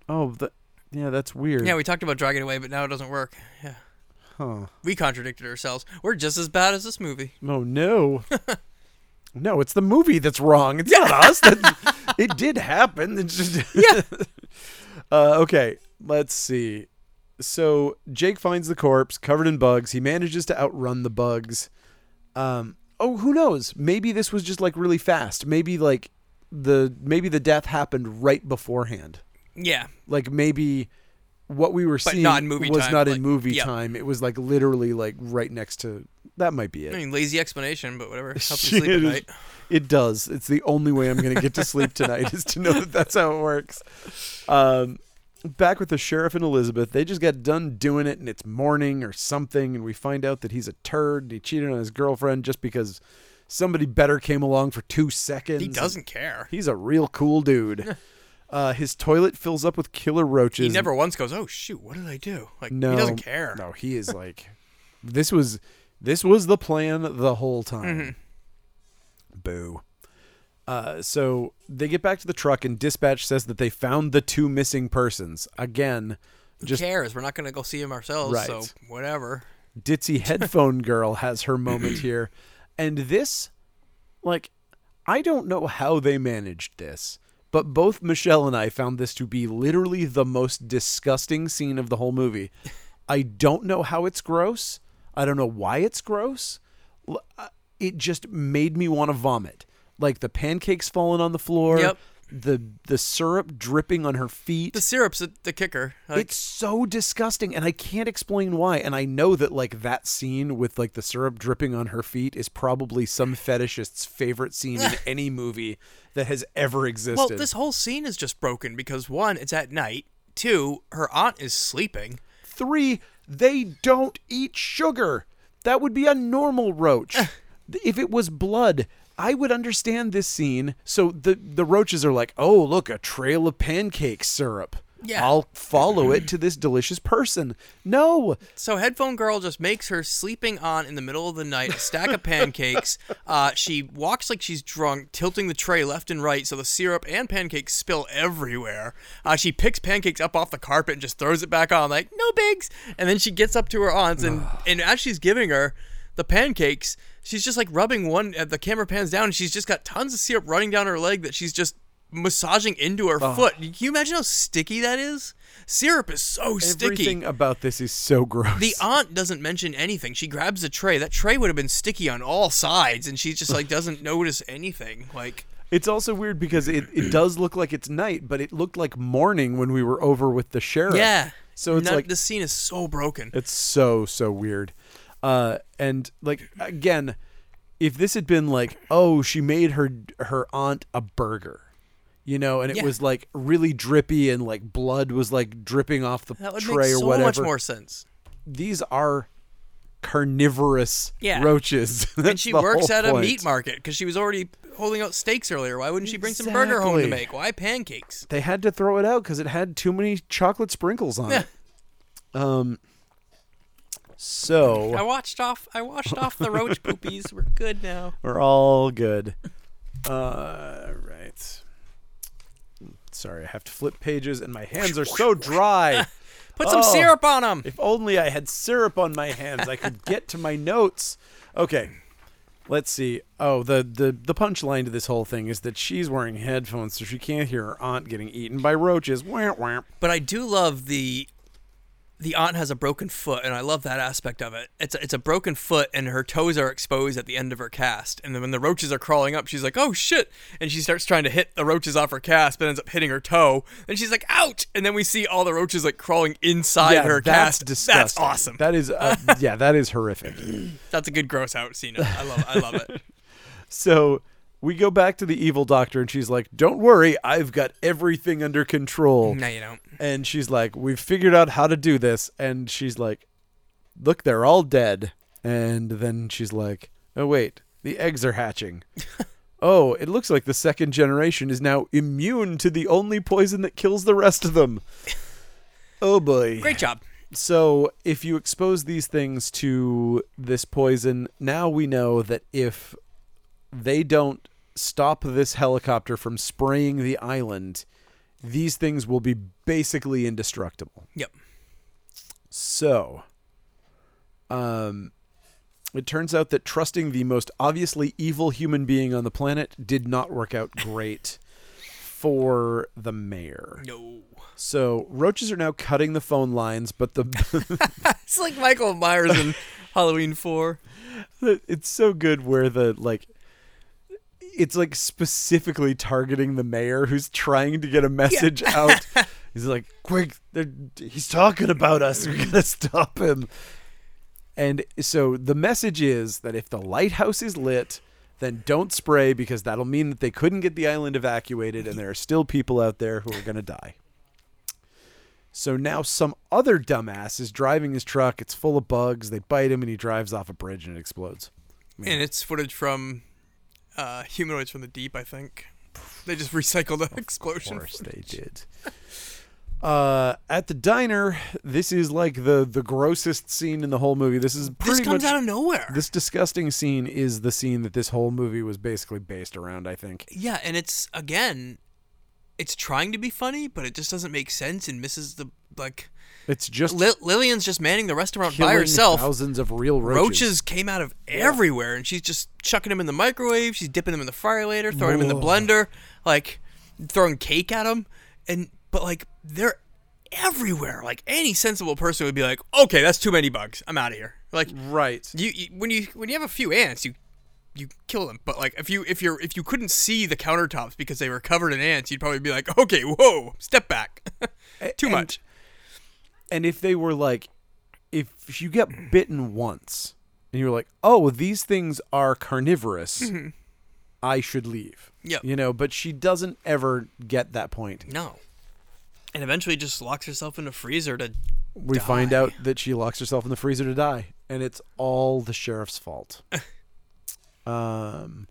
A: Oh, the, yeah, that's weird.
B: Yeah, we talked about dragging away, but now it doesn't work. Yeah.
A: huh.
B: We contradicted ourselves. We're just as bad as this movie.
A: Oh no. no, it's the movie that's wrong. It's not us. That, it did happen. It's just yeah. uh, okay, let's see. So Jake finds the corpse covered in bugs. He manages to outrun the bugs. Um, oh, who knows? Maybe this was just like really fast. Maybe like the maybe the death happened right beforehand.
B: Yeah.
A: Like maybe what we were
B: But
A: seeing
B: not in movie
A: was
B: time,
A: not
B: like,
A: in movie
B: yep.
A: time. It was like literally like right next to. That might be it.
B: I mean, lazy explanation, but whatever. Helps you sleep
A: It is-
B: at night.
A: It does. It's the only way I'm going to get to sleep tonight is to know that that's how it works. Um, back with the sheriff and Elizabeth, they just got done doing it, and it's morning or something, and we find out that he's a turd and he cheated on his girlfriend just because somebody better came along for two seconds.
B: He doesn't care.
A: He's a real cool dude. Uh, his toilet fills up with killer roaches.
B: He never once goes, "Oh shoot, what did I do?" Like
A: No,
B: he doesn't care.
A: No, he is like, this was this was the plan the whole time.
B: Mm-hmm.
A: Boo. Uh, so they get back to the truck, and dispatch says that they found the two missing persons. Again,
B: Who
A: just
B: cares? We're not going to go see him ourselves,
A: Right.
B: so whatever.
A: ditzy headphone girl has her moment here. And this, like, I don't know how they managed this, but both Michelle and I found this to be literally the most disgusting scene of the whole movie. I don't know how it's gross. I don't know why it's gross. L- uh, It just made me want to vomit. Like the pancakes falling on the floor,
B: Yep.
A: the the syrup dripping on her feet.
B: The syrup's the, the kicker. Like,
A: it's so disgusting, and I can't explain why. And I know that like that scene with like the syrup dripping on her feet is probably some fetishist's favorite scene in any movie that has ever existed.
B: well, this whole scene is just broken because one, it's at night. Two, her aunt is sleeping.
A: Three, they don't eat sugar. That would be a normal roach. if it was blood, I would understand this scene. So the the roaches are like, "Oh, look, a trail of pancake syrup.
B: Yeah.
A: I'll follow it to this delicious person." No,
B: So headphone girl just makes her sleeping on in the middle of the night a stack of pancakes. Uh, she walks like she's drunk, tilting the tray left and right so the syrup and pancakes spill everywhere. Uh, she picks pancakes up off the carpet and just throws it back on like no bigs. And then she gets up to her aunt's and and as she's giving her the pancakes, she's just like rubbing one. Uh, the camera pans down and she's just got tons of syrup running down her leg that she's just massaging into her foot. Can you imagine how sticky that is? Syrup is so sticky.
A: everything about this is so gross.
B: The aunt doesn't mention anything. She grabs a tray. That tray would have been sticky on all sides, and she just like doesn't notice anything. Like,
A: It's also weird because it, it does look like it's night, but it looked like morning when we were over with the sheriff.
B: yeah.
A: So it's
B: None-
A: like
B: this scene is so broken.
A: it's so so weird. Uh and like again, if this had been like, oh, she made her her aunt a burger. You know, and it
B: Yeah.
A: was like really drippy and like blood was like dripping off the
B: That would make
A: tray or
B: so
A: whatever.
B: much more sense.
A: These are carnivorous
B: Yeah.
A: roaches.
B: And she works at a meat market because she was already holding out steaks earlier. Why wouldn't she bring some burger home to
A: Exactly.
B: make? Why pancakes?
A: they had to throw it out because it had too many chocolate sprinkles on it. Um,
B: I
A: So
B: watched off. I washed off the roach poopies. We're good now.
A: we're all good. Uh, right. Sorry, I have to flip pages, and my hands are so dry.
B: Put some
A: Oh.
B: syrup on them.
A: If only I had syrup on my hands, I could get to my notes. Okay. Let's see. Oh, the, the, the punchline to this whole thing is that she's wearing headphones, so she can't hear her aunt getting eaten by roaches. Wah, wah.
B: But I do love the the aunt has a broken foot, and I love that aspect of it. It's a, it's a broken foot, and her toes are exposed at the end of her cast. And then when the roaches are crawling up, she's like, "Oh shit!" And she starts trying to hit the roaches off her cast, but ends up hitting her toe. And she's like, "Ouch!" And then we see all the roaches like crawling inside her
A: that's
B: cast.
A: disgusting.
B: That's awesome.
A: That is, uh, yeah, that is horrific.
B: that's a good gross out scene. I love I love it.
A: So we go back to the evil doctor, and she's like, "Don't worry, I've got everything under control."
B: no, you don't.
A: And she's like, "We've figured out how to do this." And she's like, "Look, they're all dead." And then she's like, "Oh wait, the eggs are hatching." oh, it looks like the second generation is now immune to the only poison that kills the rest of them. Oh boy.
B: Great job.
A: So, if you expose these things to this poison, now we know that if they don't stop this helicopter from spraying the island, these things will be basically indestructible.
B: Yep.
A: So, um, it turns out that trusting the most obviously evil human being on the planet did not work out great for the mayor.
B: No.
A: So, roaches are now cutting the phone lines, but the
B: It's like Michael Myers in Halloween Four.
A: The- it's so good where the like it's like specifically targeting the mayor who's trying to get a message out he's like quick they're, he's talking about us we gotta stop him and so the message is that if the lighthouse is lit then don't spray because that'll mean that they couldn't get the island evacuated and there are still people out there who are gonna die so now some other dumbass is driving his truck. It's full of bugs. They bite him and he drives off a bridge and it explodes.
B: And it's footage from uh, Humanoids from the Deep, I think. They just recycled that explosion.
A: Of course they did. Uh, at the diner, this is like the the grossest scene in the whole movie. This is
B: This
A: pretty
B: comes
A: much
B: out of nowhere.
A: this disgusting scene is the scene that this whole movie was basically based around. I think.
B: yeah, and it's again, it's trying to be funny, but it just doesn't make sense and misses the like.
A: It's just
B: Li- Lillian's just manning the restaurant by
A: killing
B: herself.
A: Thousands of real roaches.
B: Roaches came out of everywhere, and she's just chucking them in the microwave. She's dipping them in the fryer later, throwing them in the
A: Whoa.
B: blender, like throwing cake at them. And but like they're everywhere. Like any sensible person would be like, okay, that's too many bugs. I'm out of here. Like
A: Right.
B: you, you when you when you have a few ants, you you kill them. But like if you if you're if you couldn't see the countertops because they were covered in ants, you'd probably be like, okay, whoa, step back, too
A: And-
B: much.
A: And if they were like, if you get bitten once and you're like, oh, these things are carnivorous,
B: Mm-hmm.
A: I should leave.
B: Yep.
A: You know, but she doesn't ever get that point.
B: No. And eventually just locks herself in a freezer to
A: We find out that she locks herself in the freezer to die, and it's all the sheriff's fault. um,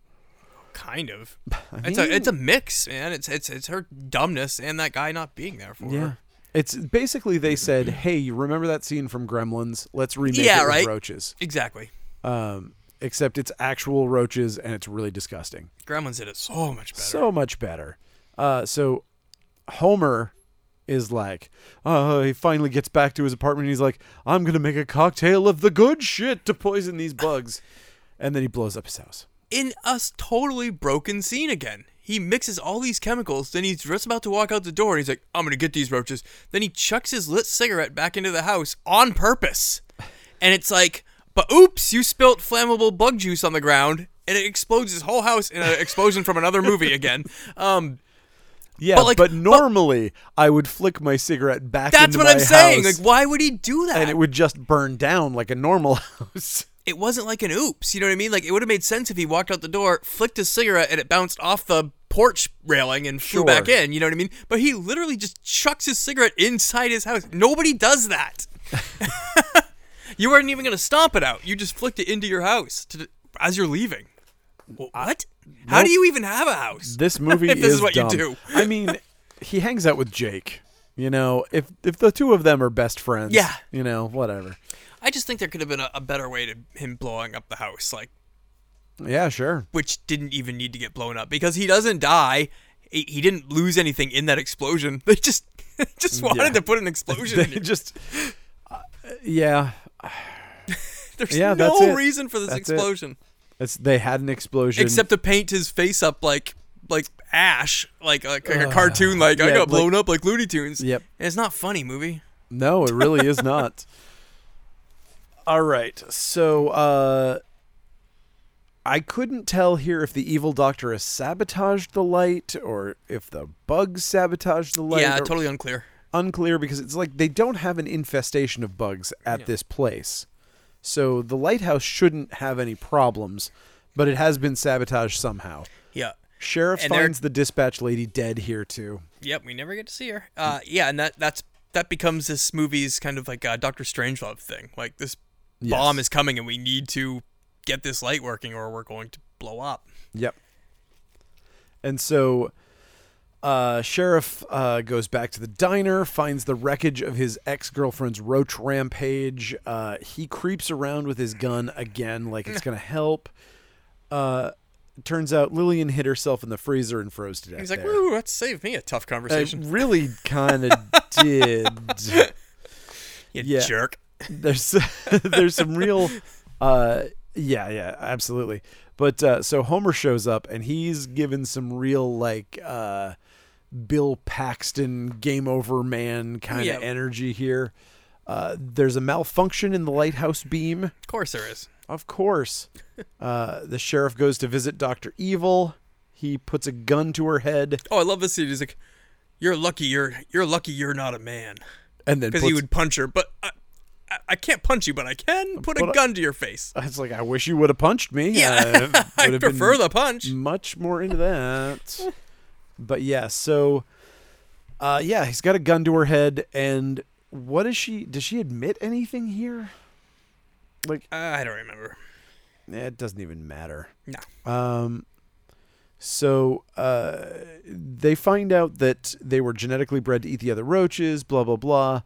B: kind of. it's a it's a mix, man. It's it's it's her dumbness and that guy not being there for
A: yeah.
B: her.
A: It's basically they said, "Hey, you remember that scene from Gremlins? Let's remake
B: Yeah,
A: it with
B: right.
A: roaches."
B: Exactly.
A: Um, except it's actual roaches, and it's really disgusting.
B: Gremlins did it so much better.
A: so much better. Uh, so Homer is like, uh, he finally gets back to his apartment. And he's like, I'm gonna make a cocktail of the good shit to poison these bugs, and then he blows up his house.
B: in a s- totally broken scene again. He mixes all these chemicals, then he's just about to walk out the door, and he's like, I'm gonna get these roaches. Then he chucks his lit cigarette back into the house on purpose. And it's like, but oops, you spilt flammable bug juice on the ground, and it explodes his whole house in an explosion from another movie again. Um,
A: Yeah,
B: But,
A: but,
B: like, but-
A: normally I would flick my cigarette back.
B: that's
A: into
B: what
A: my
B: I'm saying.
A: house,
B: Like, why would he do that?
A: and it would just burn down like a normal house.
B: it wasn't like an oops, you know what I mean? Like it would have made sense if he walked out the door, flicked his cigarette, and it bounced off the porch railing and flew
A: Sure.
B: back in, you know what I mean? But he literally just chucks his cigarette inside his house. Nobody does that. you weren't even gonna stomp it out. You just flicked it into your house to, as you're leaving. What? How do
A: Nope.
B: you even have a house?
A: This movie
B: If this is
A: is
B: what you
A: dumb.
B: do.
A: I mean, he hangs out with Jake. You know, if if the two of them are best friends,
B: Yeah.
A: you know, whatever.
B: I just think there could have been a, a better way to him blowing up the house, like
A: Yeah, sure.
B: which didn't even need to get blown up because he doesn't die. He, he didn't lose anything in that explosion. They just just wanted
A: Yeah.
B: to put an explosion.
A: They
B: in it.
A: just uh, yeah
B: There's
A: yeah, that's
B: no
A: it.
B: reason for this
A: That's it.
B: explosion
A: it's, they had an explosion
B: except to paint his face up like like ash, like like, like a cartoon. Like I
A: Yeah,
B: got
A: like-
B: blown up like Looney Tunes.
A: Yep.
B: And it's not funny movie.
A: no it really is not all right so uh i couldn't tell here if the evil doctor has sabotaged the light or if the bugs sabotaged the light
B: yeah,
A: or-
B: totally unclear.
A: unclear because it's like they don't have an infestation of bugs at this place so the lighthouse shouldn't have any problems but it has been sabotaged somehow
B: Yeah.
A: Sheriff
B: And they're-
A: finds the dispatch lady dead here too.
B: Yep. We never get to see her.
A: Hmm.
B: Uh, yeah, and that that's that becomes this movie's kind of like a Doctor Strangelove thing. Like this bomb is coming, and we need to get this light working, or we're going to blow up.
A: Yep. And so uh, Sheriff uh, goes back to the diner, finds the wreckage of his ex girlfriend's roach rampage. Uh, he creeps around with his gun again, like it's going to help. Uh, turns out Lillian hid herself in the freezer and froze to death.
B: He's like,
A: there. Uh,
B: "Woo, that saved me a tough
A: I
B: conversation."
A: really kind of did.
B: you
A: yeah.
B: jerk.
A: there's there's some real uh yeah yeah absolutely but uh so homer shows up and he's given some real like uh bill paxton game over man kind
B: Yeah.
A: of energy here uh there's a malfunction in the lighthouse beam
B: Of course there is.
A: of course uh the sheriff goes to visit dr evil he puts a gun to her head
B: Oh, I love this scene. He's like, "You're lucky. You're you're lucky. You're not a man."
A: and then
B: Because
A: puts,
B: he would punch her, but I, I, I can't punch you, but I can put a
A: But I-
B: gun to your face.
A: it's like i wish you would have punched me
B: Yeah.
A: Uh,
B: I
A: would've been Mm.
B: prefer the punch.
A: much more into that. but yeah, so uh yeah, he's got a gun to her head and what is she does she admit anything here? Like
B: I don't remember.
A: eh, it doesn't even matter.
B: No.
A: Um so uh they find out that they were genetically bred to eat the other roaches, blah blah blah.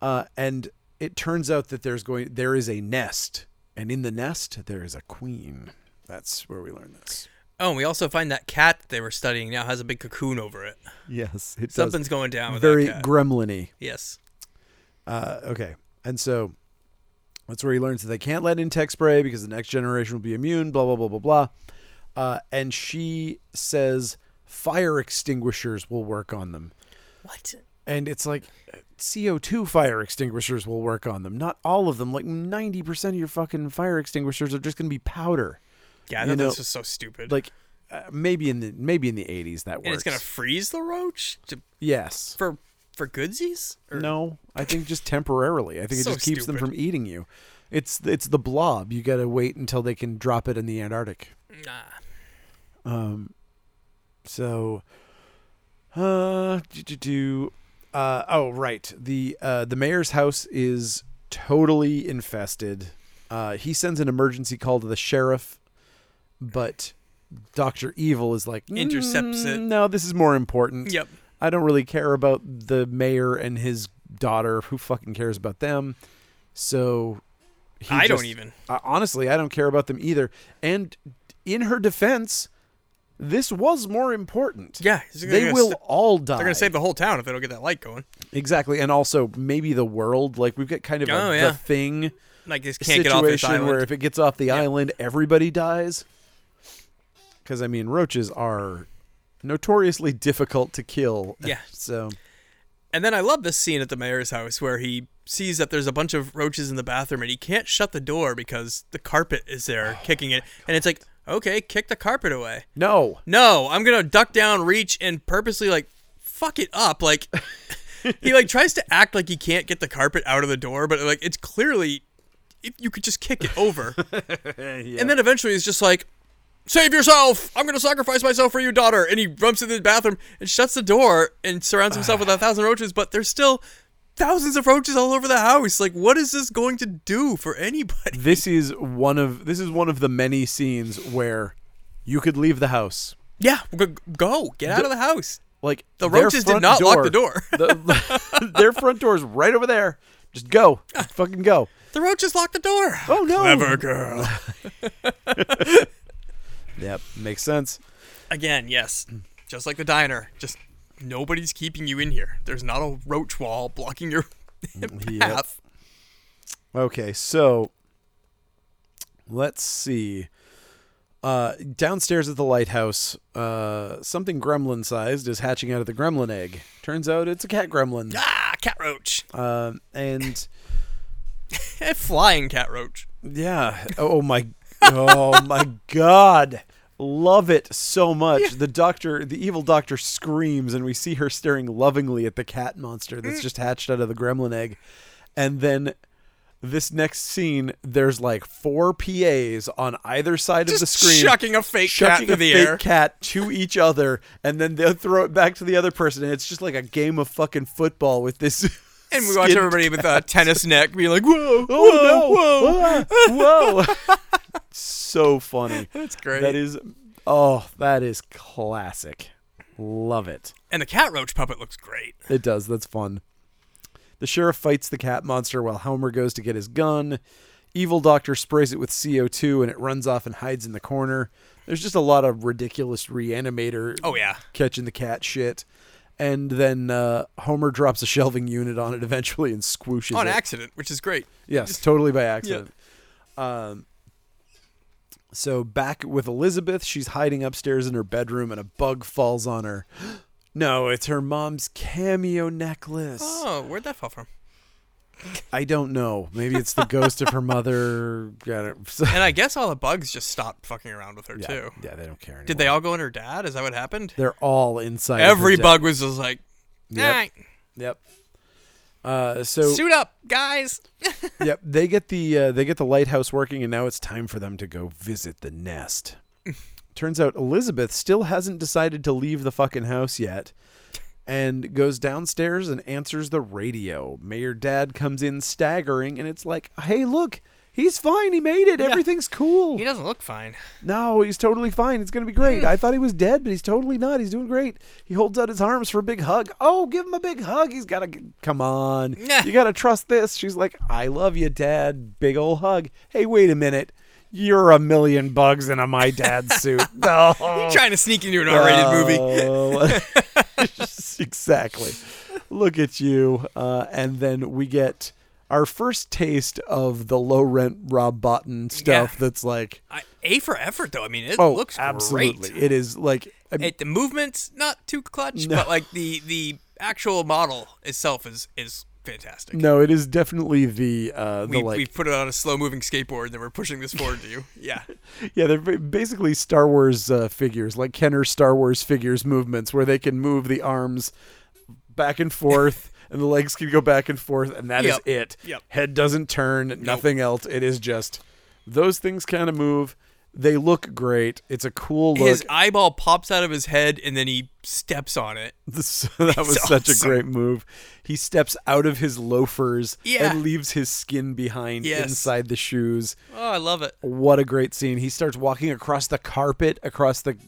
A: Uh and it turns out that there's going there is a nest and in the nest there is a queen. That's where we learn this.
B: Oh, and we also find that cat that they were studying now has a big cocoon over it.
A: Yes, it does.
B: Something's going down with
A: Very
B: that cat.
A: gremlin-y.
B: yes.
A: Uh, okay. And so that's where he learns that they can't let in tech spray because the next generation will be immune, blah, blah, blah, blah, blah. Uh, and she says fire extinguishers will work on them.
B: What?
A: And it's like uh, CO2 fire extinguishers will work on them. Not all of them. Like 90% of your fucking fire extinguishers are just going to be powder.
B: Yeah, I
A: You
B: thought
A: know,
B: this was so stupid.
A: Like uh, maybe in the maybe in the 80s that works.
B: and it's gonna freeze the roach to,
A: yes.
B: for for goodsies. Or,
A: No, I think just temporarily. I think it
B: So
A: just keeps them
B: stupid.
A: from eating you. It's it's the blob. You got to wait until they can drop it in the Antarctic.
B: nah.
A: So, uh, do, do, do, uh, oh, right. The uh, the mayor's house is totally infested. Uh, he sends an emergency call to the sheriff, but Doctor Evil is like
B: Intercepts it.
A: "Mm, No, this is more important.
B: Yep.
A: I don't really care about the mayor and his daughter. Who fucking cares about them? So, he
B: I don't
A: just-
B: even.
A: uh, honestly, I don't care about them either. And in her defense, this was more important.
B: Yeah, he's gonna
A: they
B: go
A: will
B: sa-
A: all die.
B: They're gonna save the whole town if they don't get that light going.
A: exactly, and also maybe the world. Like we've got kind of
B: Oh,
A: a
B: yeah.
A: the thing
B: Like they just can't get off this
A: situation
B: island.
A: where if it gets off the island, everybody dies. Because I mean, roaches are notoriously difficult to kill.
B: Yeah.
A: So
B: And then I love this scene at the mayor's house where he sees that there's a bunch of roaches in the bathroom and he can't shut the door because the carpet is there kicking it. And it's like, okay, kick the carpet away.
A: no,
B: No, I'm gonna duck down, reach, and purposely like fuck it up. Like he like tries to act like he can't get the carpet out of the door, but like it's clearly if you could just kick it over. And then eventually he's just like, Save yourself! I'm gonna sacrifice myself for your daughter. And he runs to the bathroom and shuts the door and surrounds himself with a thousand roaches, but there's still thousands of roaches all over the house. Like, what is this going to do for anybody?
A: this is one of this is one of the many scenes where you could leave the house.
B: Yeah, g- go. Get out of the house.
A: Like
B: The
A: their
B: roaches did
A: front
B: not lock the
A: the- their front door is right over there. Just go, fucking go.
B: The roaches locked the door.
A: Oh no!
B: girl.
A: Yep, makes sense.
B: Again, yes. Just like the diner. Just nobody's keeping you in here. There's not a roach wall blocking your
A: Yep.
B: path.
A: Okay, so let's see. Uh, downstairs at the lighthouse, uh, something gremlin-sized is hatching out of the gremlin egg. Turns out it's a cat gremlin,
B: Ah, cat roach.
A: uh, and
B: A flying cat roach.
A: Yeah. Oh my. Oh my God. Love it so much. The doctor, the evil doctor, screams, and we see her staring lovingly at the cat monster
B: Mm.
A: that's just hatched out of the gremlin egg. And then this next scene, there's like four PAs on either side of the
B: Just
A: screen,
B: chucking a fake cat
A: chucking
B: into
A: a
B: the
A: fake
B: air.
A: cat to each other, and then they'll throw it back to the other person. And it's just like a game of fucking football with this.
B: And we watch
A: skinned
B: everybody with a tennis neck be like, whoa,
A: Oh
B: whoa, whoa.
A: no! Whoa! Whoa! so funny.
B: That's great.
A: That is. Oh, that is classic. Love it.
B: And the cat roach puppet looks great.
A: It does. That's fun. The sheriff fights the cat monster while Homer goes to get his gun. Evil doctor sprays it with CO2 and it runs off and hides in the corner. There's just a lot of ridiculous reanimator
B: Oh, yeah.
A: catching the cat shit. And then uh, Homer drops a shelving unit on it eventually and squooshes
B: On
A: it.
B: accident, which is great.
A: Yes, totally by accident. Um, so back with Elizabeth, she's hiding upstairs in her bedroom, and a bug falls on her. No, it's her mom's cameo necklace.
B: Oh, where'd that fall from?
A: I don't know. Maybe it's the ghost of her mother. I don't-
B: And I guess all the bugs just stopped fucking around with her,
A: yeah,
B: too.
A: yeah, they don't care anymore.
B: Did they all go in her dad? Is that what happened?
A: They're all inside. of her
B: Every
A: deck.
B: bug was just like,
A: Yep.
B: "Alright,
A: Yep. Uh, so
B: suit up, guys.
A: yep, they get the uh, they get the lighthouse working, and now it's time for them to go visit the nest. Turns out Elizabeth still hasn't decided to leave the fucking house yet, and goes downstairs and answers the radio. Mayor Dad comes in staggering, and it's like, "Hey, look, he's fine. He made it. Everything's cool.
B: He doesn't look fine.
A: No, he's totally fine. It's gonna be great.
B: Hmm.
A: I thought he was dead, but he's totally not. He's doing great. He holds out his arms for a big hug. Oh, give him a big hug. He's gotta g- come on.
B: Nah.
A: You gotta trust this. She's like, I love you, Dad. Big ol' hug. Hey, wait a minute. You're a million bugs in a my dad suit. Oh. No.
B: Trying to sneak into an R-rated
A: Uh,
B: movie.
A: movie. exactly. Look at you. Uh, and then we get our first taste of the low rent Rob Bottin stuff
B: Yeah.
A: that's like
B: I, a for effort, though. I mean, it
A: Oh,
B: looks
A: absolutely.
B: great.
A: It is like I mean,
B: It, the movement's not too clutch, but like the the actual model itself is is fantastic.
A: No, it is definitely the uh, the
B: we,
A: like
B: we put it on a slow moving skateboard and then we're pushing this forward to you. Yeah.
A: yeah, they're ba- basically Star Wars uh, figures, like Kenner Star Wars figures movements, where they can move the arms back and forth, and the legs can go back and forth, and that is
B: Yep.
A: it.
B: Yep.
A: Head doesn't turn, nothing else. It is just those things kind of move. They look great. It's a cool look.
B: His eyeball pops out of his head and then he steps on it.
A: So that was such a
B: awesome.
A: great move. He steps out of his loafers
B: Yeah.
A: and leaves his skin behind
B: Yes.
A: inside the shoes.
B: Oh, I love it.
A: What a great scene. He starts walking across the carpet, across the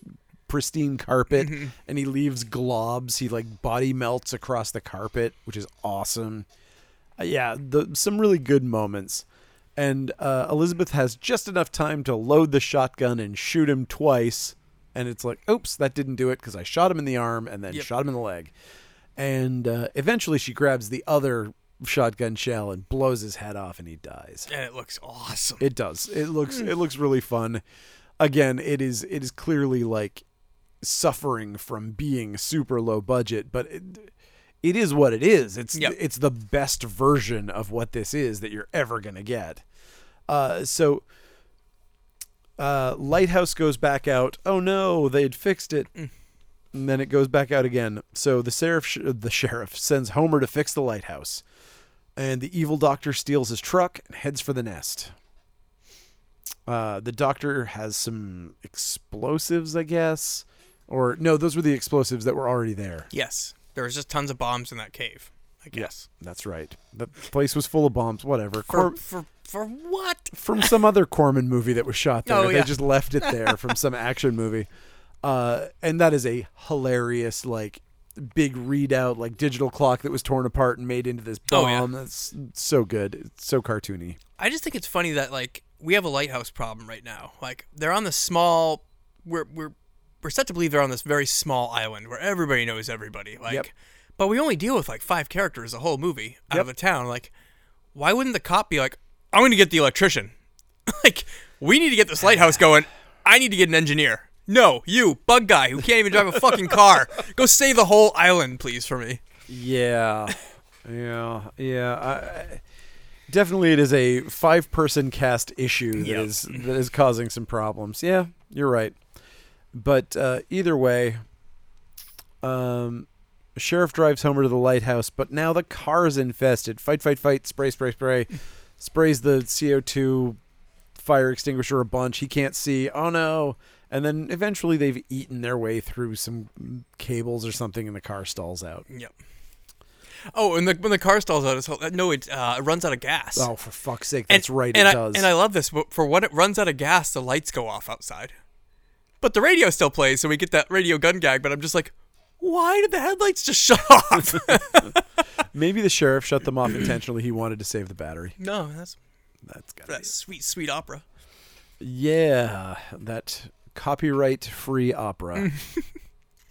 A: pristine carpet, and he leaves globs. He like body melts across the carpet, which is awesome. Uh, yeah, the, some really good moments. And uh, Elizabeth has just enough time to load the shotgun and shoot him twice. And it's like, oops, that didn't do it because I shot him in the arm and then
B: Yep.
A: shot him in the leg. And uh, eventually she grabs the other shotgun shell and blows his head off and he dies.
B: And it looks awesome.
A: It does. It looks it looks really fun. Again, it is it is clearly like suffering from being super low budget, but it, it is what it is. It's
B: Yep.
A: it's the best version of what this is that you're ever gonna get. Uh, so uh, Lighthouse goes back out. Oh no, they'd fixed it. And then it goes back out again. So the sheriff, sh- uh, the sheriff sends Homer to fix the lighthouse, and the evil doctor steals his truck and heads for the nest. Uh, the doctor has some explosives, I guess, or no, those were the explosives that were already there.
B: Yes. There was just tons of bombs in that cave. I guess.
A: That's right. The place was full of bombs. Whatever.
B: For,
A: Cor-
B: for for what?
A: from some other Corman movie that was shot there.
B: Oh,
A: They
B: yeah.
A: just left it there from some action movie. Uh, and that is a hilarious, like, big readout, like digital clock that was torn apart and made into this bomb.
B: Oh, yeah.
A: That's so good. It's so cartoony.
B: I just think it's funny that like we have a lighthouse problem right now. Like they're on this small we're we're we're set to believe they're on this very small island where everybody knows everybody. Like
A: Yep.
B: but we only deal with like five characters a whole movie out of a town. Like why wouldn't the cop be like, I'm gonna get the electrician? like, we need to get this lighthouse going. I need to get an engineer. No, you, bug guy who can't even drive a fucking car. Go save the whole island, please, for me.
A: Yeah. yeah. Yeah. I, I- definitely it is a five person cast issue that
B: Yep.
A: is that is causing some problems. Yeah, you're right. But uh, either way, um sheriff drives Homer to the lighthouse, but now the car is infested. Fight, fight, fight, spray, spray, spray. Sprays the CO2 fire extinguisher a bunch. He can't see. Oh no. And then eventually they've eaten their way through some cables or something and the car stalls out.
B: Yep. Oh, and the, when the car stalls out, it's all- no, it, uh, it runs out of gas.
A: Oh, for fuck's sake,
B: And-
A: that's right,
B: And
A: it
B: I,
A: does.
B: And I love this. but For when it runs out of gas, the lights go off outside. But the radio still plays, so we get that radio gun gag. But I'm just like, why did the headlights just shut off?
A: Maybe the sheriff shut them off intentionally. He wanted to save the battery.
B: no, that's
A: That's got
B: that sweet, sweet opera.
A: Yeah, that copyright-free opera.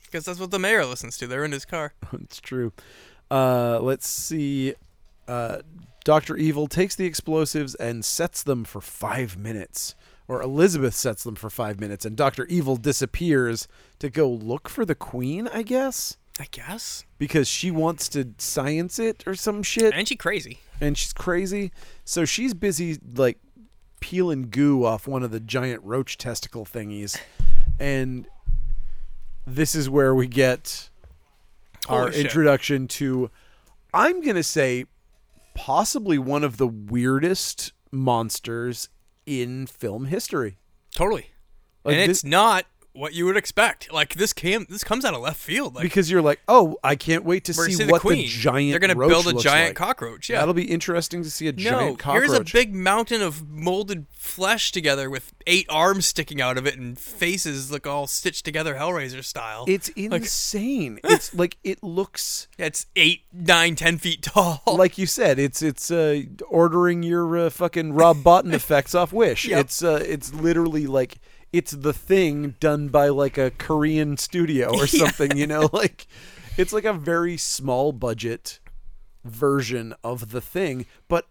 B: Because that's what the mayor listens to. They're in his car.
A: it's true. Uh, let's see. Uh, Doctor Evil takes the explosives and sets them for five minutes, or Elizabeth sets them for five minutes, and Doctor Evil disappears to go look for the Queen. I guess
B: I guess.
A: because she wants to science it or some shit.
B: And she crazy.
A: and she's crazy. So she's busy like peeling goo off one of the giant roach testicle thingies, and this is where we get our
B: Holy shit.
A: introduction to. I'm gonna say, possibly one of the weirdest monsters in film history.
B: Totally.
A: Like
B: and
A: this-
B: it's not what you would expect. Like this came, this comes out of left field. Like
A: because you're like, oh, I can't wait to
B: we're gonna
A: see,
B: see the
A: what
B: queen.
A: the giant.
B: They're gonna
A: roach
B: build a
A: looks
B: giant
A: like.
B: cockroach. Yeah.
A: That'll be interesting to see a
B: no,
A: giant cockroach.
B: here's a big mountain of molded flesh together with eight arms sticking out of it and faces look all stitched together Hellraiser style.
A: It's insane. it's like it looks
B: That's eight, nine, ten feet tall.
A: like you said. It's it's uh, ordering your uh, fucking Rob Bottin effects off Wish.
B: Yep.
A: It's uh, it's literally like it's the thing done by like a Korean studio or something. You know, like it's like a very small budget version of the thing, but.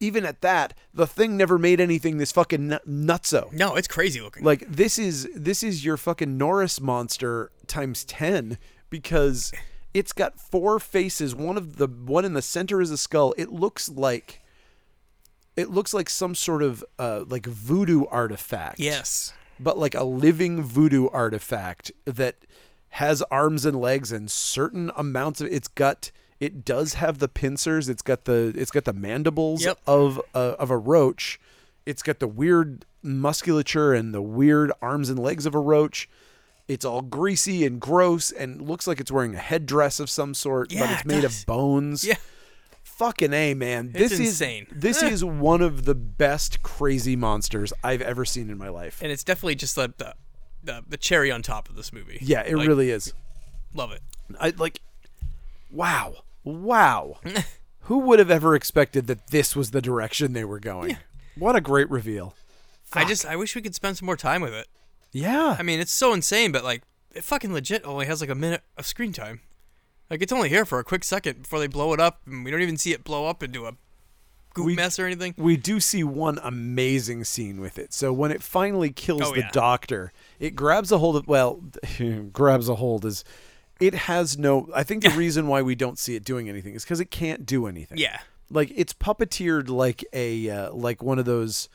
A: Even at that, the thing never made anything this fucking nu- nutso.
B: no, it's crazy looking.
A: Like this is this is your fucking Norris monster times ten because It's got four faces. One of the one in the center is a skull. It looks like it looks like some sort of uh, like voodoo artifact.
B: Yes.
A: But like a living voodoo artifact that has arms and legs and certain amounts of it's got it does have the pincers. It's got the it's got the mandibles
B: Yep.
A: of a, of a roach. It's got the weird musculature and the weird arms and legs of a roach. It's all greasy and gross and looks like it's wearing a headdress of some sort, but
B: Yeah,
A: it's
B: it
A: made
B: does.
A: of bones.
B: Yeah.
A: Fucking A, man.
B: It's
A: this
B: insane.
A: is this is one of the best crazy monsters I've ever seen in my life.
B: And it's definitely just like the, the the cherry on top of this movie.
A: Yeah, it
B: Like,
A: really is.
B: love it.
A: I like wow. Wow. Who would have ever expected that this was the direction they were going? What a great reveal.
B: I just I wish we could spend some more time with it.
A: Yeah.
B: I mean, it's so insane, but like it fucking legit only has like a minute of screen time. Like it's only here for a quick second before they blow it up, and we don't even see it blow up into a goop mess or anything.
A: we do see one amazing scene with it. So when it finally kills
B: Oh,
A: the
B: yeah.
A: doctor, it grabs a hold of well, grabs a hold is it has no I think the reason why we don't see it doing anything is cuz it can't do anything.
B: Yeah.
A: Like it's puppeteered like a uh, like one of those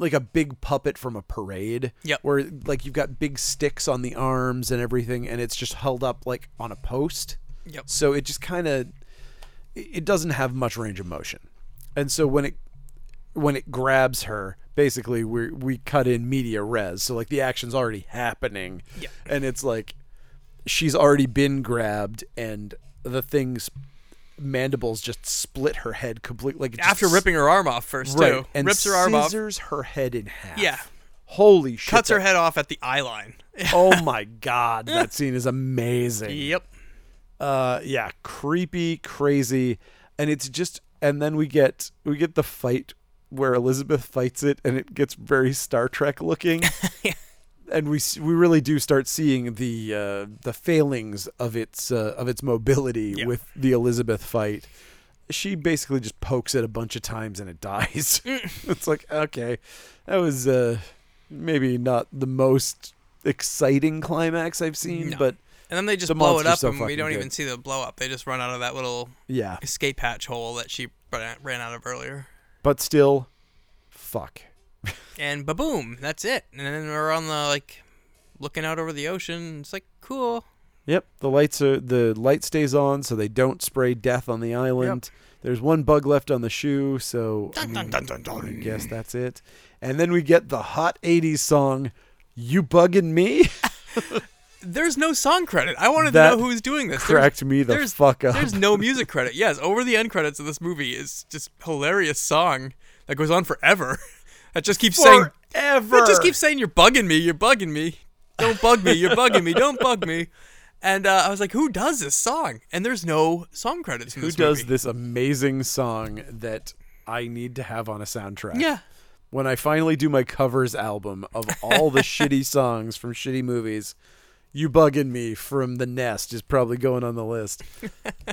A: like a big puppet from a parade
B: Yep.
A: where like you've got big sticks on the arms and everything and it's just held up like on a post.
B: Yep.
A: So it just kind of it doesn't have much range of motion. And so when it when it grabs her, basically we we cut in media res. So like the action's already happening.
B: Yeah.
A: And it's like she's already been grabbed and the thing's mandibles just split her head completely like it just
B: After
A: s-
B: ripping her arm off first
A: right,
B: too,
A: and
B: rips her arm off,
A: scissors her head in half.
B: Yeah.
A: Holy shit.
B: cuts her
A: that-
B: head off at the eye line.
A: oh my god, that scene is amazing.
B: yep.
A: uh yeah creepy crazy and it's just and then we get we get the fight where elizabeth fights it and it gets very star trek looking and we s- we really do start seeing the uh the failings of its uh, of its mobility
B: Yeah.
A: with the elizabeth fight she basically just pokes it a bunch of times and it dies
B: Mm.
A: it's like okay that was uh maybe not the most exciting climax i've seen
B: No.
A: but
B: And then they just
A: The
B: blow it
A: monster's
B: up,
A: so
B: and we
A: fucking
B: don't
A: good.
B: even see the blow up. They just run out of that little
A: yeah
B: escape hatch hole that she ran ran out of earlier.
A: but still, fuck.
B: And ba-boom, that's it. And then we're on the like looking out over the ocean. It's like cool.
A: Yep, the lights are the light stays on, so they don't spray death on the island. There's one bug left on the shoe, so I, mean, I guess that's it. And then we get the hot '80s song, "You Bugging Me,"
B: There's no song credit. I wanted
A: That
B: to know who was doing this. There's-
A: cracked me the
B: there's-
A: fuck up.
B: There's no music credit. Yes, over the end credits of this movie is just hilarious song that goes on forever. That just keeps saying
A: Forever.
B: that just keeps saying you're bugging me, you're bugging me. Don't bug me, you're bugging me, don't bug me. And uh, I was like, who does this song? And there's no song credits in
A: Who
B: this
A: does
B: movie.
A: this amazing song that I need to have on a soundtrack?
B: Yeah.
A: when I finally do my covers album of all the shitty songs from shitty movies, "You Bugging Me" from The Nest is probably going on the list.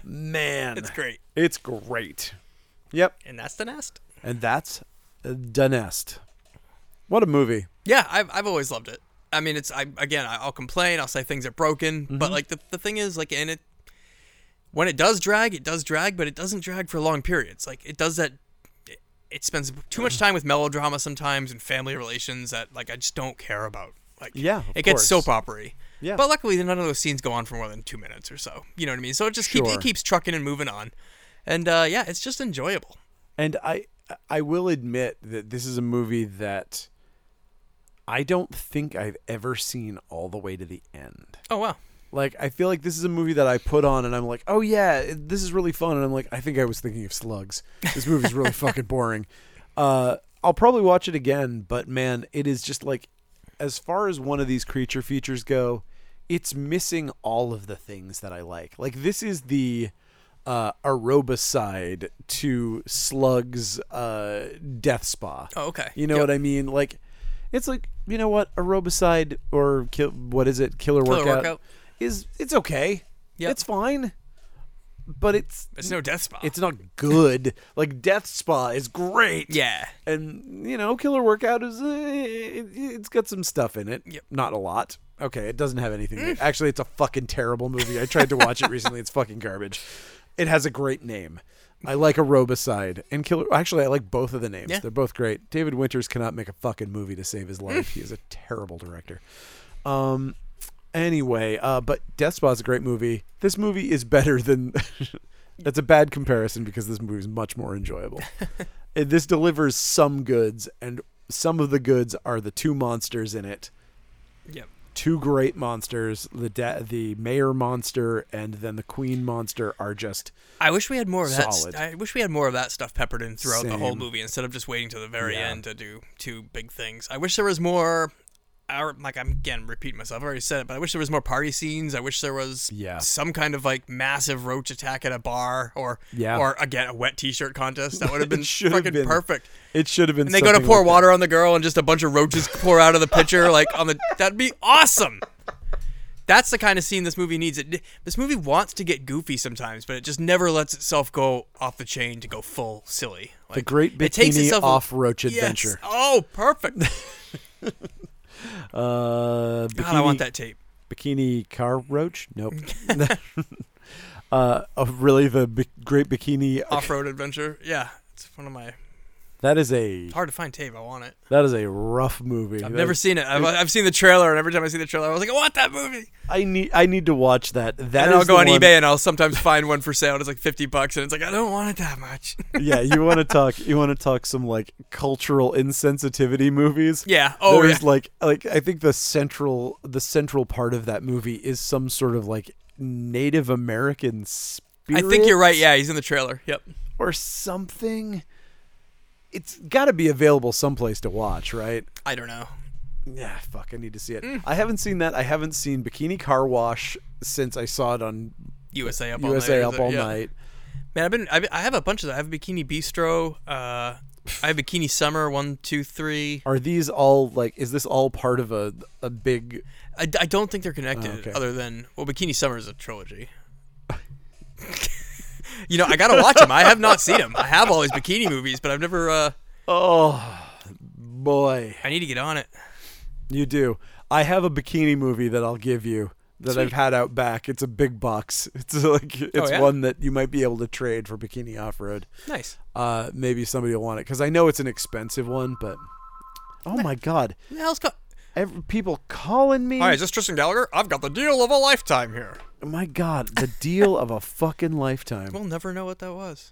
A: Man,
B: It's great.
A: It's great. Yep,
B: And that's the nest.
A: and that's The Nest. What a movie!
B: Yeah, I've I've always loved it. I mean, it's I again, I- I'll complain, I'll say things are broken, but
A: Mm-hmm.
B: like the the thing is, like, and it when it does drag, it does drag, but it doesn't drag for long periods. Like it does that. It, it spends too much time with melodrama sometimes and family relations that like I just don't care about. Like
A: Yeah, of
B: it gets
A: course.
B: soap opery.
A: Yeah.
B: But luckily, none of those scenes go on for more than two minutes or so. You know what I mean? So it just keeps
A: Sure.
B: it keeps trucking and moving on, and uh, yeah, it's just enjoyable.
A: And I, I will admit that this is a movie that I don't think I've ever seen all the way to the end.
B: Oh wow,
A: Like I feel like this is a movie that I put on and I'm like, "Oh yeah, it- this is really fun." And I'm like, "I think I was thinking of slugs. This movie's really fucking boring." Uh I'll probably watch it again, but man, it is just like as far as one of these creature features go, it's missing all of the things that I like. Like this is the uh aerobicide to slugs uh death spa.
B: Oh, okay.
A: You know what I mean? Like it's like, you know what, aerobicide or kill, what is it? Killer
B: Killer
A: workout,
B: Workout.
A: is it's okay.
B: Yep.
A: It's fine. But it's
B: it's no death spot.
A: it's not good. like Death Spa is great.
B: yeah,
A: And you know, Killer Workout is uh, it, it's got some stuff in it.
B: Yep.
A: Not a lot. Okay, it doesn't have anything. there. Actually, it's a fucking terrible movie. I tried to watch it recently. It's fucking garbage. It has a great name. I like Aerobicide and Killer. Actually, I like both of the names.
B: Yeah.
A: They're both great. David Winters cannot make a fucking movie to save his life. he is a terrible director. Um. Anyway, uh, but Death Spot's a great movie. This movie is better than. that's a bad comparison because this movie is much more enjoyable. Uh, this delivers some goods, and some of the goods are the two monsters in it
B: Yep.
A: two great monsters the da- the mayor monster and then the queen monster are just
B: I wish we had more of that.
A: Solid.
B: St- I wish we had more of that stuff peppered in throughout the whole
A: Same.
B: movie instead of just waiting to the very
A: Yeah.
B: end to do two big things. I wish there was more. Our, like I'm again repeating myself. I've already said it, but I wish there was more party scenes. I wish there was
A: Yeah.
B: some kind of like massive roach attack at a bar or
A: Yeah.
B: or again a wet T-shirt contest. That would have been
A: should have
B: fucking
A: been.
B: perfect.
A: it should have been
B: And they go to
A: something
B: pour
A: like that.
B: water on the girl, and just a bunch of roaches pour out of the pitcher. Like on the that'd be awesome. That's the kind of scene this movie needs. It this movie wants to get goofy sometimes, but it just never lets itself go off the chain to go full silly. Like,
A: the great
B: it takes
A: bikini
B: itself a-
A: off roach
B: Yes.
A: adventure
B: Oh, perfect.
A: uh bikini,
B: God, I want that tape.
A: bikini car roach nope uh oh, really the bi- great bikini
B: Off-road adventure. Yeah, it's one of my
A: that is a
B: hard to find tape. I want it.
A: that is a rough movie
B: I've never seen it. I've, I've seen the trailer, and every time I see the trailer, I was like, I want that movie.
A: i need i need to watch that that
B: And I'll
A: is
B: go
A: the
B: on
A: one-
B: eBay, and I'll sometimes find one for sale. And it's like fifty bucks, and it's like I don't want it that much.
A: yeah you want to talk you want to talk some like cultural insensitivity movies
B: yeah. Oh, yeah.
A: there's like like I think the central the central part of that movie is some sort of like Native American
B: I
A: spirit.
B: think you're right. Yeah, he's in the trailer. Yep.
A: or something. It's got to be available someplace to watch, right?
B: I don't know.
A: Yeah, fuck, I need to see it.
B: Mm.
A: I haven't seen that. I haven't seen Bikini Car Wash since I saw it on
B: USA up all night.
A: USA
B: or
A: Up
B: is it-
A: All
B: yeah.
A: Night.
B: Man, I've been. I've, I have a bunch of that. I have Bikini Bistro. Uh, I have Bikini Summer. One, two, three.
A: Are these all like? Is this all part of a a big?
B: I, I don't think they're connected,
A: Oh, okay.
B: other than well, Bikini Summer is a trilogy. you know, I gotta watch them. I have not seen them. I have all these bikini movies, but I've never. Uh,
A: Oh boy.
B: I need to get on it.
A: You do. I have a bikini movie that I'll give you that I've had out back. It's a big box. It's like it's
B: Oh, yeah?
A: one that you might be able to trade for bikini off road.
B: Nice.
A: Uh, maybe somebody will want it because I know it's an expensive one. But oh my god,
B: What the hell's co-
A: Every, people calling me.
B: all right, is this Tristan Gallagher? I've got the deal of a lifetime here.
A: my god, the deal of a fucking lifetime.
B: We'll never know what that was,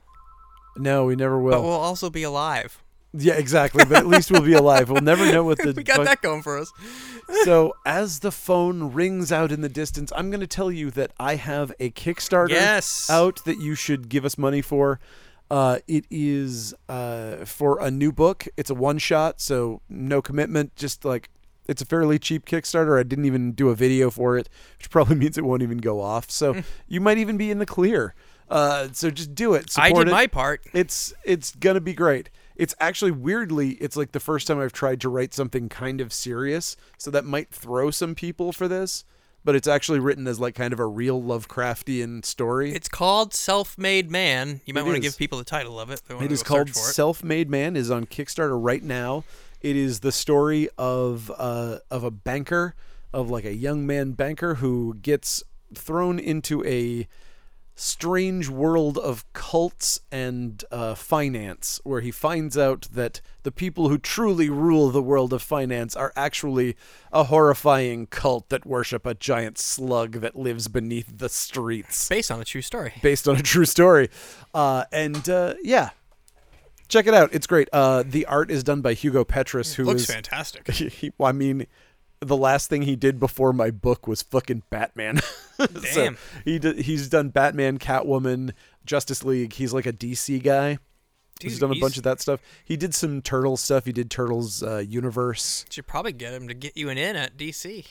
A: No, we never
B: but
A: will.
B: we'll also be alive.
A: yeah, exactly. But at least we'll be alive. We'll never know what the
B: we got
A: fuck-
B: that going for us.
A: So as the phone rings out in the distance, I'm going to tell you that I have a Kickstarter
B: Yes.
A: out that you should give us money for. Uh, it is uh, for a new book. It's a one shot, so no commitment. Just like it's a fairly cheap Kickstarter. I didn't even do a video for it, which probably means it won't even go off.
B: Hmm.
A: So you might even be in the clear. Uh, so just do it.
B: I
A: Support it.
B: did my part.
A: It's it's gonna be great. It's actually weirdly, it's like the first time I've tried to write something kind of serious, so that might throw some people for this. But it's actually written as like kind of a real Lovecraftian story.
B: It's called Self Made Man. You might
A: It
B: want to
A: is.
B: give people the title of it. They wanna
A: it
B: go
A: is
B: search
A: called
B: for it.
A: Self-Made Man. is on Kickstarter right now. It is the story of uh, of a banker, of like a young man banker who gets thrown into a strange world of cults and uh, finance, where he finds out that the people who truly rule the world of finance are actually a horrifying cult that worship a giant slug that lives beneath the streets,
B: based on a true story.
A: based on a true story. Uh, and uh, yeah, check it out. It's great. Uh, the art is done by Hugo Petrus, who
B: Looks
A: is-
B: fantastic.
A: he, well, I mean, the last thing he did before my book was fucking Batman. so
B: Damn.
A: he d- he's done Batman, Catwoman, Justice League. He's like a DC guy. he's
B: Dude,
A: done a
B: he's-
A: bunch of that stuff. He did some Turtles stuff. He did Turtles uh, Universe.
B: Should probably get him to get you an in at DC.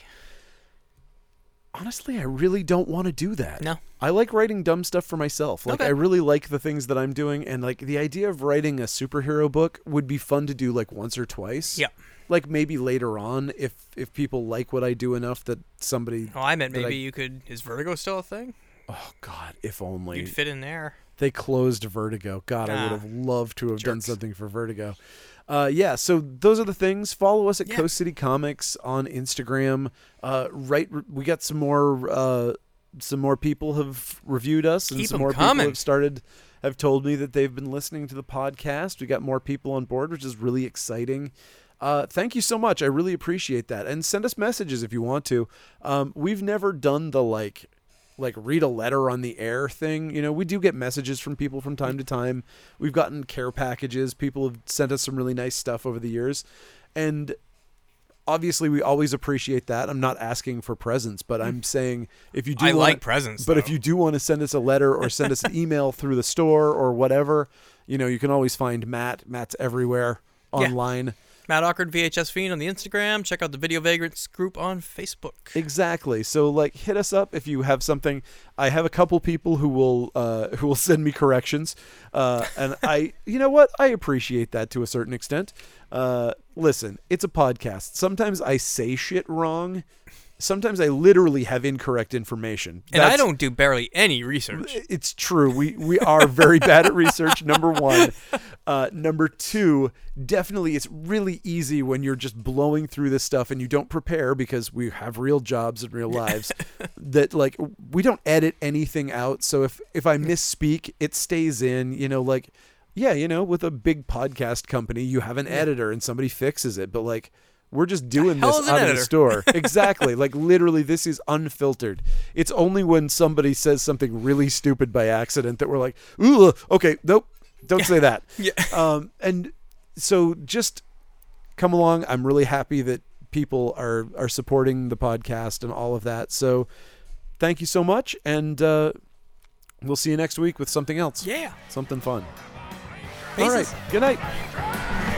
A: Honestly, I really don't want to do that.
B: No.
A: I like writing dumb stuff for myself. Like
B: Okay.
A: I really like the things that I'm doing and like the idea of writing a superhero book would be fun to do like once or twice.
B: Yeah.
A: Like maybe later on if if people like what I do enough that somebody
B: Oh, I meant
A: Did I-
B: maybe you could. Is Vertigo still a thing?
A: Oh God, if
B: You'd
A: only
B: fit in there.
A: they closed Vertigo. God, I would
B: Ah,
A: have loved to have done
B: jerks.
A: something for Vertigo. Uh, yeah, so those are the things. Follow us at
B: Yeah.
A: Coast City Comics on Instagram. Uh, right, we got some more. Uh, some more people have reviewed us, and
B: Keep
A: some
B: 'em
A: more people
B: coming.
A: have started. Have told me that they've been listening to the podcast. We got more people on board, which is really exciting. Uh, thank you so much. I really appreciate that. And send us messages if you want to. Um, we've never done the like, like read a letter on the air thing. You know, we do get messages from people from time to time. We've gotten care packages. People have sent us some really nice stuff over the years, and obviously we always appreciate that. I'm not asking for presents, but I'm saying if you do,
B: I
A: wanna-
B: like presents,
A: But if
B: though.
A: you do want to send us a letter or send us an email through the store or whatever, you know, you can always find Matt. Matt's everywhere online.
B: Matt Awkward VHS Fiend on the Instagram. Check out the Video Vagrants group on Facebook.
A: Exactly. So like hit us up if you have something. I have a couple people who will uh, who will send me corrections, uh, and I you know what I appreciate that to a certain extent. Uh, listen, it's a podcast. Sometimes I say shit wrong. Sometimes I literally have incorrect information.
B: And I
A: That's-
B: don't do barely any research.
A: it's true. We we are very bad at research. Number one, uh, number two, definitely, it's really easy when you're just blowing through this stuff and you don't prepare because we have real jobs and real lives. that like we don't edit anything out. So if if I misspeak, it stays in. You know, like yeah, you know, with a big podcast company, you have an editor and somebody fixes it. But like. We're just doing
B: hell
A: this
B: is
A: out of
B: an
A: the
B: editor?
A: store. Exactly. like literally this is unfiltered. It's only when somebody says something really stupid by accident that we're like, "Ooh, okay, nope. Don't say that."
B: Yeah.
A: Um and so just come along. I'm really happy that people are are supporting the podcast and all of that. So thank you so much and uh we'll see you next week with something else.
B: Yeah.
A: Something fun.
B: Pieces.
A: All right. Good night.
C: Thank you.